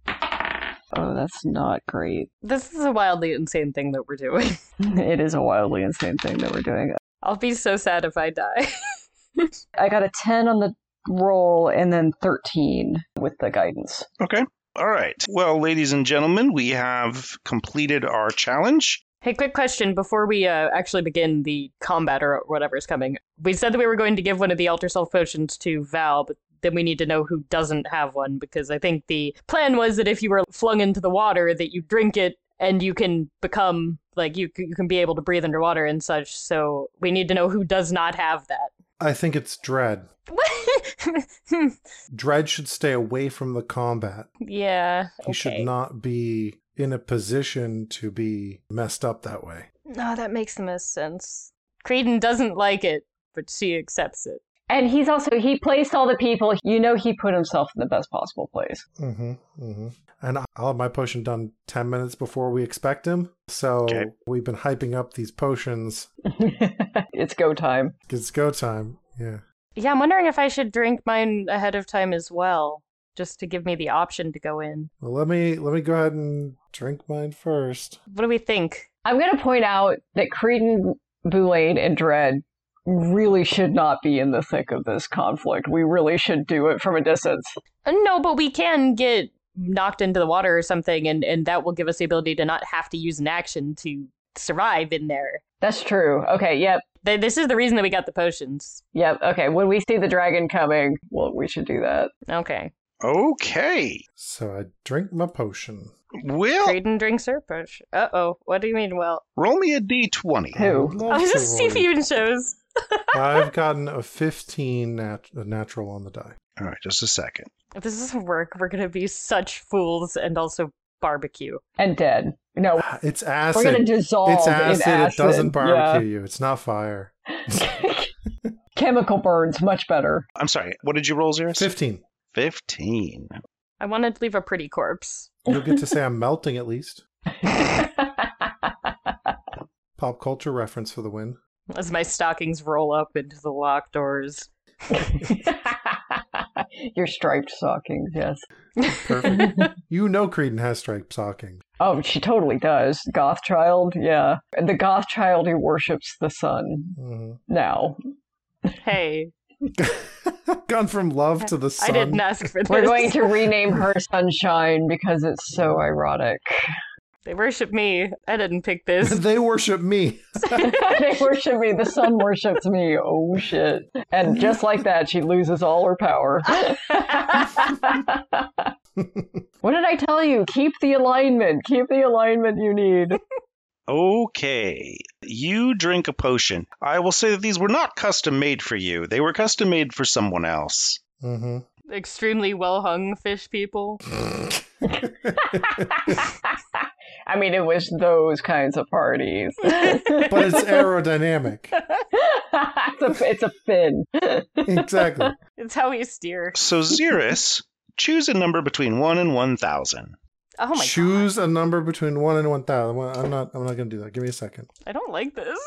S5: oh, that's not great.
S4: this is a wildly insane thing that we're doing.
S5: It is a wildly insane thing that we're doing.
S4: I'll be so sad if I die.
S5: I got a 10 on the roll and then 13 with the guidance.
S6: Okay. All right. Well, ladies and gentlemen, we have completed our challenge.
S4: hey, quick question before we uh, actually begin the combat or whatever's coming. We said that we were going to give one of the alter self potions to Val, but then we need to know who doesn't have one because I think the plan was that if you were flung into the water, that you drink it and you can become like you you can be able to breathe underwater and such. So we need to know who does not have
S2: I think it's Dread.
S4: that.
S2: Dread should stay away from the combat.
S4: yeah.
S2: He should not be in a position to be messed up that way.
S4: No, that makes the most sense. Creedon doesn't like it, but she accepts it.
S5: And he's also, he placed all the people. You know, he put himself in the best possible place.
S2: Mm-hmm. Mm-hmm. And I'll have my potion done 10 minutes before we expect him. So
S6: Okay.
S2: we've been hyping up these potions.
S5: it's go time.
S2: It's go time. Yeah.
S4: Yeah, I'm wondering if I should drink mine ahead of time as well, just to give me the option to go in.
S2: Well, let me let me go ahead and drink mine first.
S4: What do we think?
S5: I'm going to point out that Creedon, Boulain, and Dread really should not be in the thick of this conflict. We really should do it from a distance.
S4: Uh, No, but we can get knocked into the water or something, and, and that will give us the ability to not have to use an action to survive in there.
S5: That's true. Okay, yep,
S4: Th- This is the reason that we got the potions.
S5: yep. Okay, when we see the dragon coming, well, we should do that.
S4: Okay.
S6: Okay.
S2: So I drink my potion.
S6: Well,
S4: Creedon drinks her potion. Uh oh. What do you mean, well?
S6: roll me a d20.
S5: Who?
S2: I would love
S4: I was
S2: to
S4: just see if
S2: roll.
S4: you even shows.
S2: I've gotten a 15 nat- a natural on the die.
S6: All right, just a second.
S4: If this doesn't work, we're gonna be such fools and also barbecue.
S5: And dead. No,
S2: It's
S5: we're
S2: acid.
S5: going to dissolve
S2: it's acid.
S5: in acid.
S2: It doesn't
S5: Yeah.
S2: barbecue you. It's not fire.
S5: Chemical burns, much better.
S6: I'm sorry. What did you roll, Zeros?
S2: 15.
S6: 15.
S4: I wanted to leave a pretty corpse.
S2: You'll get to say I'm melting at least. Pop culture reference for the win.
S4: As my stockings roll up into the locked doors.
S5: Your striped stockings, yes.
S2: Perfect. you know Creedon has striped stockings.
S5: Oh, she totally does. Goth child, yeah. The goth child who worships the sun
S2: Mhm.
S5: now.
S4: Hey,
S2: Gone from love to the sun.
S4: I didn't ask for this.
S5: We're going to rename her Sunshine because it's so ironic.
S4: They worship me. I didn't pick this.
S2: they worship me.
S5: they worship me. The sun worships me. Oh shit! And just like that, she loses all her power. what did I tell you? Keep the alignment. Keep the alignment you need.
S1: Okay, you drink a potion. I will say that these were not custom made for you, they were custom made for someone else.
S2: hmm
S4: Extremely well hung fish people.
S5: I mean, it was those kinds of parties. it's,
S2: But it's aerodynamic.
S5: a, it's a fin.
S2: exactly.
S4: It's how you steer.
S1: So, Xeris, choose a number between 1 and 1,000.
S4: Oh my
S2: Choose a number between one and one thousand. Well, I'm not. I'm not going to do that. Give me a second.
S4: god. I don't like this.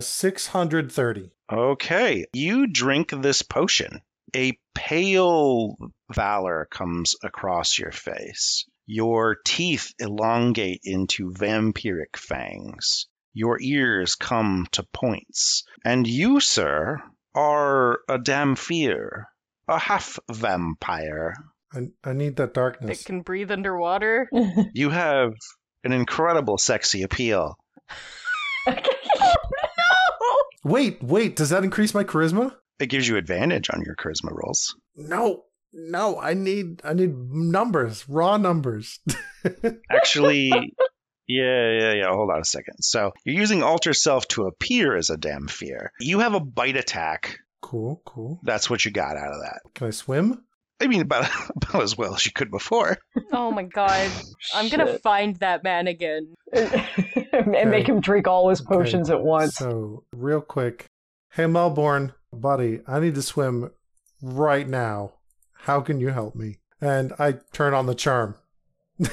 S2: Six hundred thirty.
S1: Okay, you drink this potion. A pale valor comes across your face. Your teeth elongate into vampiric fangs. Your ears come to points. And you, sir, are a damphir, a half vampire.
S2: I, I need that
S4: It
S2: darkness.
S4: can breathe underwater.
S1: You have an incredible sexy appeal.
S2: Wait, wait. Does that increase my charisma?
S1: It gives you advantage on your charisma rolls.
S2: No, no. I need. I need numbers. Raw numbers.
S1: Actually, yeah, yeah, yeah. Hold on a second. So you're using alter self to appear as a damn fear. You have a bite attack.
S2: cool. Cool.
S1: That's what you got out of that.
S2: Can I swim?
S1: I mean, about, about as well as you could before.
S4: Oh my god. I'm gonna find that man again.
S5: and make him drink all his potions at once.
S2: So real quick. Hey Melbourne, buddy. I need to swim right now. How can you help me? And I turn on the charm.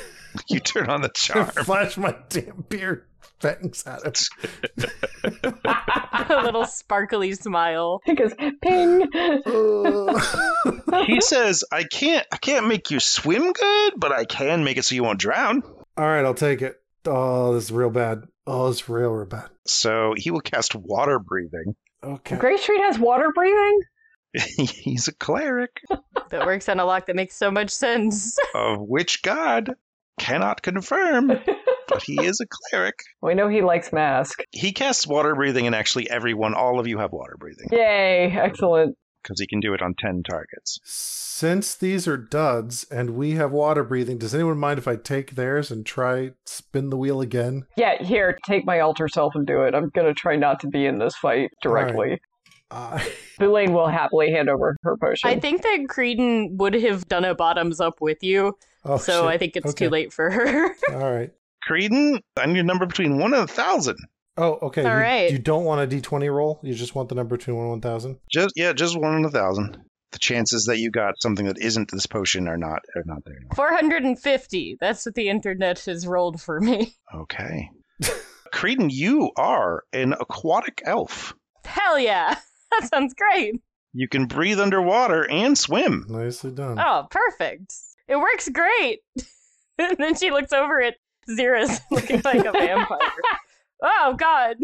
S1: You turn on the charm.
S2: Flash my damn beard fangs at him.
S4: a little sparkly smile.
S5: He goes, ping.
S2: Ugh.
S1: He says, "I can't, I can't make you swim good, but I can make it so you won't drown."
S2: All right, I'll take it. Oh, this is real bad. Oh, this is real, real bad.
S1: So he will cast water breathing.
S2: Okay.
S5: Gray Street has water breathing?
S1: He's a cleric.
S4: That works on a lock that makes so much sense.
S1: of which god cannot confirm, but he is a cleric.
S5: We know he likes mask.
S1: He casts water breathing, and actually, everyone, all of you have water breathing
S5: Yay, excellent.
S1: because he can do it on 10 targets.
S2: Since these are duds and we have water breathing, does anyone mind if I take theirs and try spin the wheel again?
S5: Yeah, here, take my alter self and do it. I'm gonna try not to be in this fight directly.
S2: Uh,
S5: Boulain will happily hand over her potion.
S4: I think that Creedon would have done a bottoms up with you,
S2: oh,
S4: so I think it's too late for her.
S2: I All right.
S1: Creedon, I need a number between 1 and a 1,000.
S2: Oh, okay.
S4: All
S2: you,
S4: right.
S2: you don't want a d20 roll. You just want the number between 1 and 1,000.
S1: Just Yeah, just 1 and a 1,000. The chances that you got something that isn't this potion are not are not there.
S4: 450. That's what the internet has rolled for me.
S1: Okay. Creedon, you are an aquatic elf.
S4: Hell yeah. That sounds great.
S1: You can breathe underwater and swim.
S2: Nicely done.
S1: Hmm.
S4: Oh, perfect. It works great. and then she looks over at Xera's looking like a vampire. oh, God.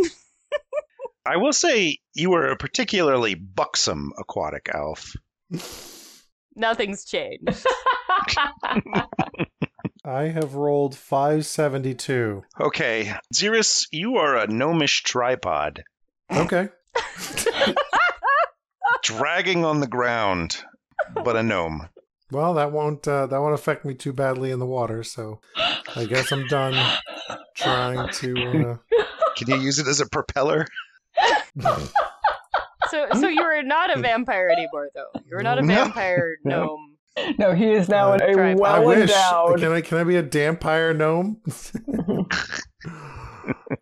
S1: I will say you are a particularly buxom aquatic elf.
S4: Nothing's changed.
S2: I have rolled 572.
S1: Okay, Xeris, you are a gnomish tripod,
S2: Okay.
S1: dragging on the ground, but a gnome.
S2: Well, that won't uh, that won't affect me too badly in the water, so I guess I'm done trying to uh,
S1: Can you use it as a propeller?
S4: So, so you are not a vampire anymore, though. You're not a
S1: Hmm. No.
S4: vampire gnome.
S5: no, he is now
S2: Uh,
S5: a
S4: try- I
S2: I
S5: well
S2: wish.
S5: endowed.
S2: Can I can I be a vampire gnome?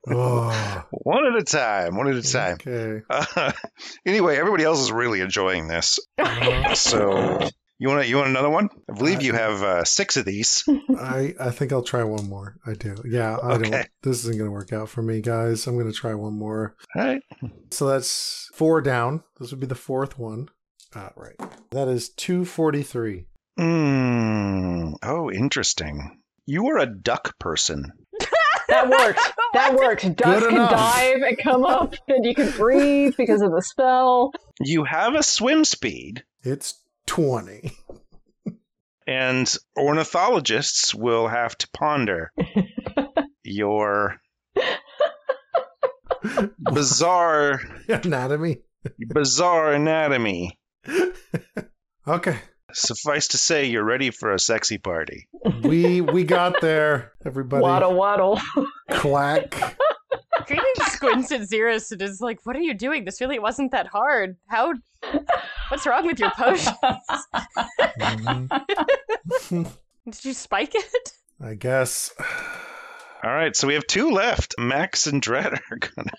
S2: oh,
S1: One at a time, one at a time.
S2: okay.
S1: Uh, anyway, everybody else is really enjoying this.
S2: Uh-huh.
S1: So you want you want another one? I believe you have uh, six of these.
S2: I I think I'll try one more. I do. Yeah, I
S1: Okay.
S2: don't. This isn't gonna work out for me, guys. I'm gonna try one more.
S1: All right.
S2: So that's four down. This would be the fourth one. Ah, right. That is 243.
S1: Mm. Oh, interesting. You are a duck person.
S5: That works. That works. Ducks can
S2: enough.
S5: dive and come up, and you can breathe because of the spell.
S1: You have a swim speed,
S2: It's 20.
S1: and ornithologists will have to ponder your bizarre,
S2: Anatomy.
S1: bizarre anatomy.
S2: Okay.
S1: Suffice to say, you're ready for a sexy party.
S2: We we got there, everybody.
S5: Waddle, waddle.
S2: Quack.
S4: Green just squints at Xeris and is like, What are you doing? This really wasn't that hard. How? What's wrong with your potion?
S2: Mhm.
S4: Did you spike it?
S2: Mm-hmm. I guess.
S1: All right, so we have two left. Max and Dread are gonna,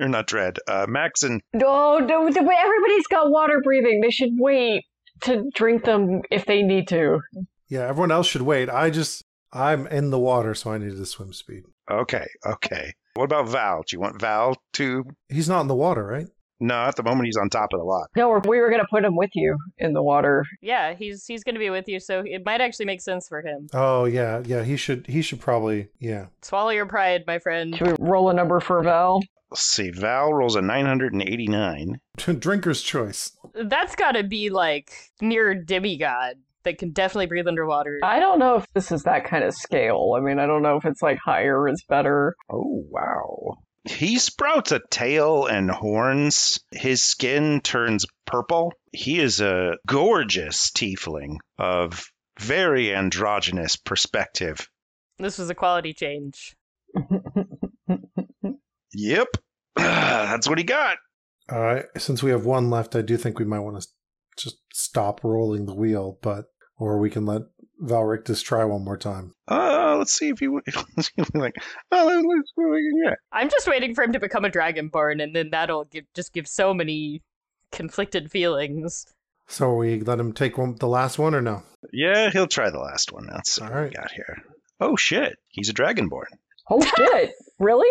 S1: or not Dread. Uh, Max and
S5: No, no, the way everybody's got water breathing. They should wait to drink them if they need to.
S2: Yeah, everyone else should wait. I just I'm in the water, so I needed a swim speed.
S1: okay, okay. What about Val? Do you want Val to?
S2: He's not in the water, right?
S1: No, at the moment he's on top of the lot.
S5: No, we're- we were going to put them with you in the water.
S4: Yeah, he's he's gonna be with you, so it might actually make sense for him.
S2: Oh yeah, yeah. He should he should probably yeah.
S4: Swallow your pride, my friend.
S5: Should we roll a number for Val?
S1: Let's see. Val rolls a 989.
S2: Drinker's choice.
S4: That's gotta be like near demigod that can definitely breathe underwater.
S5: I don't know if this is that kind of scale. I mean, I don't know if it's like higher is better.
S1: Oh wow. He sprouts a tail and horns. His skin turns purple. He is a gorgeous tiefling of very androgynous perspective.
S4: This was a quality change.
S1: Yep. That's what he got.
S2: Uh, since we have one left, I do think we might want to just stop rolling the wheel, but or we can let Valric just try one more time.
S1: Uh, let's see if he would like. Oh, let- let's, yeah.
S4: I'm just waiting for him to become a dragonborn, and then that'll give, just give so many conflicted feelings.
S2: So we let him take one, the last one, or no?
S1: yeah, he'll try the last one. That's
S2: All
S1: what
S2: right.
S1: we got here. Oh shit, he's a dragonborn.
S5: Oh shit! really?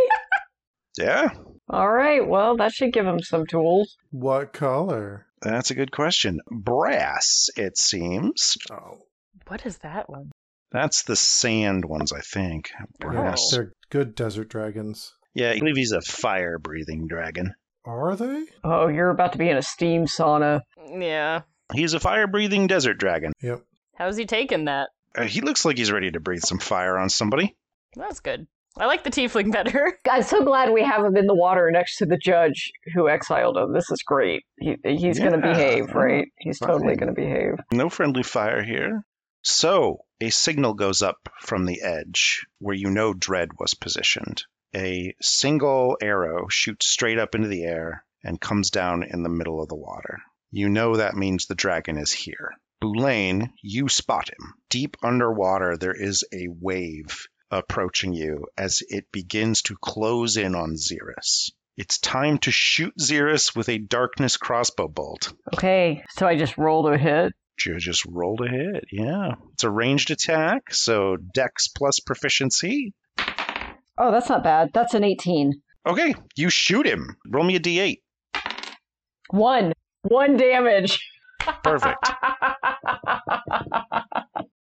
S1: Yeah,
S5: All right. Well, that should give him some tools.
S2: What color?
S1: that's a good question. Brass, it seems.
S2: Oh,
S4: What is that one?
S1: That's the sand ones, I think. Brass.
S2: they're good desert dragons.
S1: Yeah, I believe he's a fire-breathing dragon.
S2: Are they?
S5: Oh, you're about to be in a steam sauna.
S4: Yeah.
S1: He's a fire-breathing desert dragon.
S2: Yep.
S4: How's he taking that?
S1: Uh, he looks like he's ready to breathe some fire on somebody.
S4: That's good. I like the tiefling better.
S5: I'm so glad we have him in the water next to the judge who exiled him. This is great. He, he's going to
S1: Yeah.
S5: behave, Oh, right? He's totally
S1: Right.
S5: going to behave.
S1: No friendly fire here. So, a signal goes up from the edge where you know Dread was positioned. A single arrow shoots straight up into the air and comes down in the middle of the water. You know that means the dragon is here. Boulain, you spot him. Deep underwater, there is a wave approaching you as it begins to close in on Xeris. It's time to shoot Xeris with a darkness crossbow bolt.
S5: Okay, so I just rolled a hit.
S1: Ju- just rolled a hit. Yeah. It's a ranged attack, so dex plus proficiency.
S5: Oh, that's not bad. That's an 18.
S1: Okay, you shoot him. Roll me a d8.
S5: One. One damage.
S1: Perfect.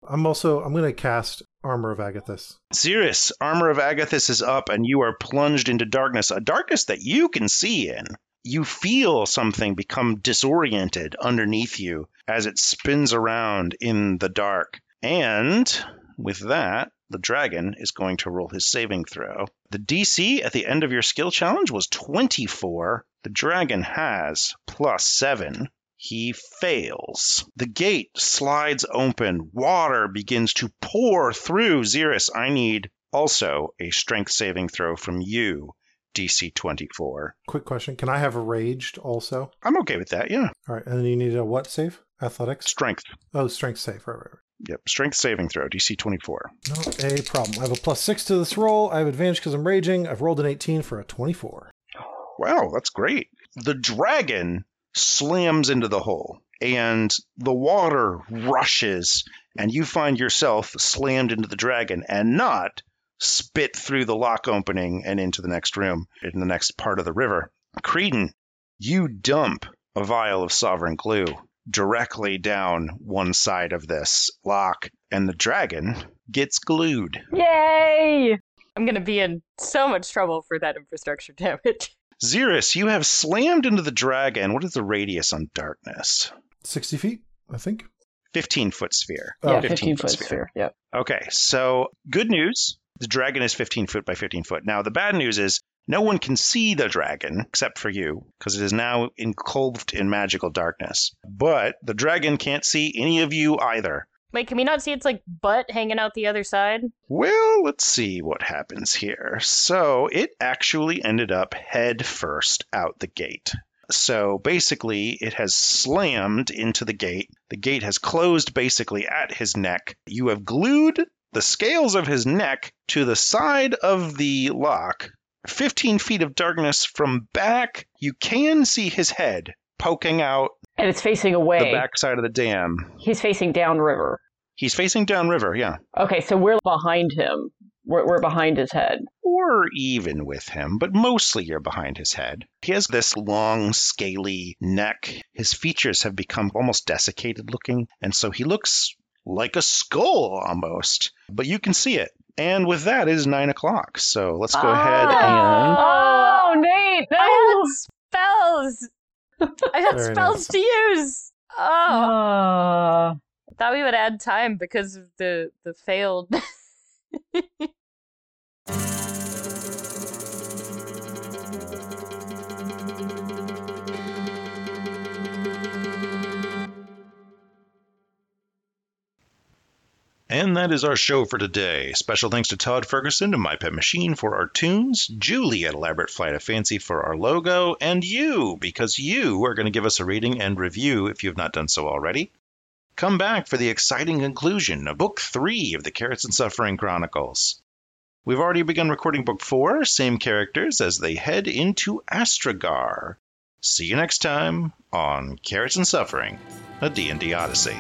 S2: I'm also I'm gonna cast Armor of Agathis.
S1: Cirrus, armor of Agathis is up, and you are plunged into darkness, a darkness that you can see in. You feel something become disoriented underneath you as it spins around in the dark. And with that, the dragon is going to roll his saving throw. The DC at the end of your skill challenge was 24. The dragon has plus 7. He fails. The gate slides open. Water begins to pour through. Xeris, I need also a strength saving throw from you, DC 24.
S2: Quick question: Can I have Raged also?
S1: I'm okay with that, yeah.
S2: All right, and then you need a what save? Athletics?
S1: Strength.
S2: Oh, strength save. Right, right, right.
S1: Yep. Strength saving throw, DC 24.
S2: Not a problem. I have a plus six to this roll. I have advantage because I'm raging. I've rolled an 18 for a 24.
S1: Wow, that's great. The dragon slams into the hole, and the water rushes, and you find yourself slammed into the dragon and not spit through the lock opening and into the next room, in the next part of the river. Creedon, you dump a vial of sovereign glue directly down one side of this lock, and the dragon gets glued.
S5: Yay!
S4: I'm going to be in so much trouble for that infrastructure damage.
S1: Xerus, you have slammed into the dragon. What is the radius on darkness?
S2: 60 feet, I think.
S1: 15 foot sphere.
S2: Oh,
S5: yeah,
S1: 15
S5: 15,
S1: foot
S5: foot
S1: sphere.
S5: sphere. Yep.
S1: Okay, so good news. The dragon is 15 foot by 15 foot. Now, the bad news is no one can see the dragon except for you because it is now engulfed in magical darkness. But the dragon can't see any of you either.
S4: Wait, can we not see its like butt hanging out the other side?
S1: Well, let's see what happens here. So it actually ended up head first out the gate. So basically, it has slammed into the gate. The gate has closed basically at his neck. You have glued the scales of his neck to the side of the lock. 15 feet of darkness from back. You can see his head poking out
S5: And it's facing
S1: the
S5: away.
S1: backside of the dam.
S5: He's facing downriver.
S1: He's facing downriver, yeah.
S5: Okay, so we're behind him. We're, we're behind his head.
S1: or even with him, but mostly you're behind his head. He has this long, scaly neck. His features have become almost desiccated looking, and so he looks like a skull almost. But you can see it. And with that, it is nine o'clock. So let's go ahead
S4: Ah.
S1: and.
S5: Oh, Nate! No!
S4: I had spells. I had
S2: Very
S4: spells to use. Oh,
S5: Ah.
S4: I thought we would add time because of the the failed.
S6: And that is our show for today. Special thanks to Todd Ferguson of My Pet Machine for our tunes, Julie at Elaborate Flight of Fancy for our logo, and you, because you are going to give us a rating and review if you have not done so already. Come back for the exciting conclusion of Book 3 of the Carrots and Suffering Chronicles. We've already begun recording Book 4, same characters as they head into Astragar. See you next time on Carrots and Suffering, a D&D Odyssey.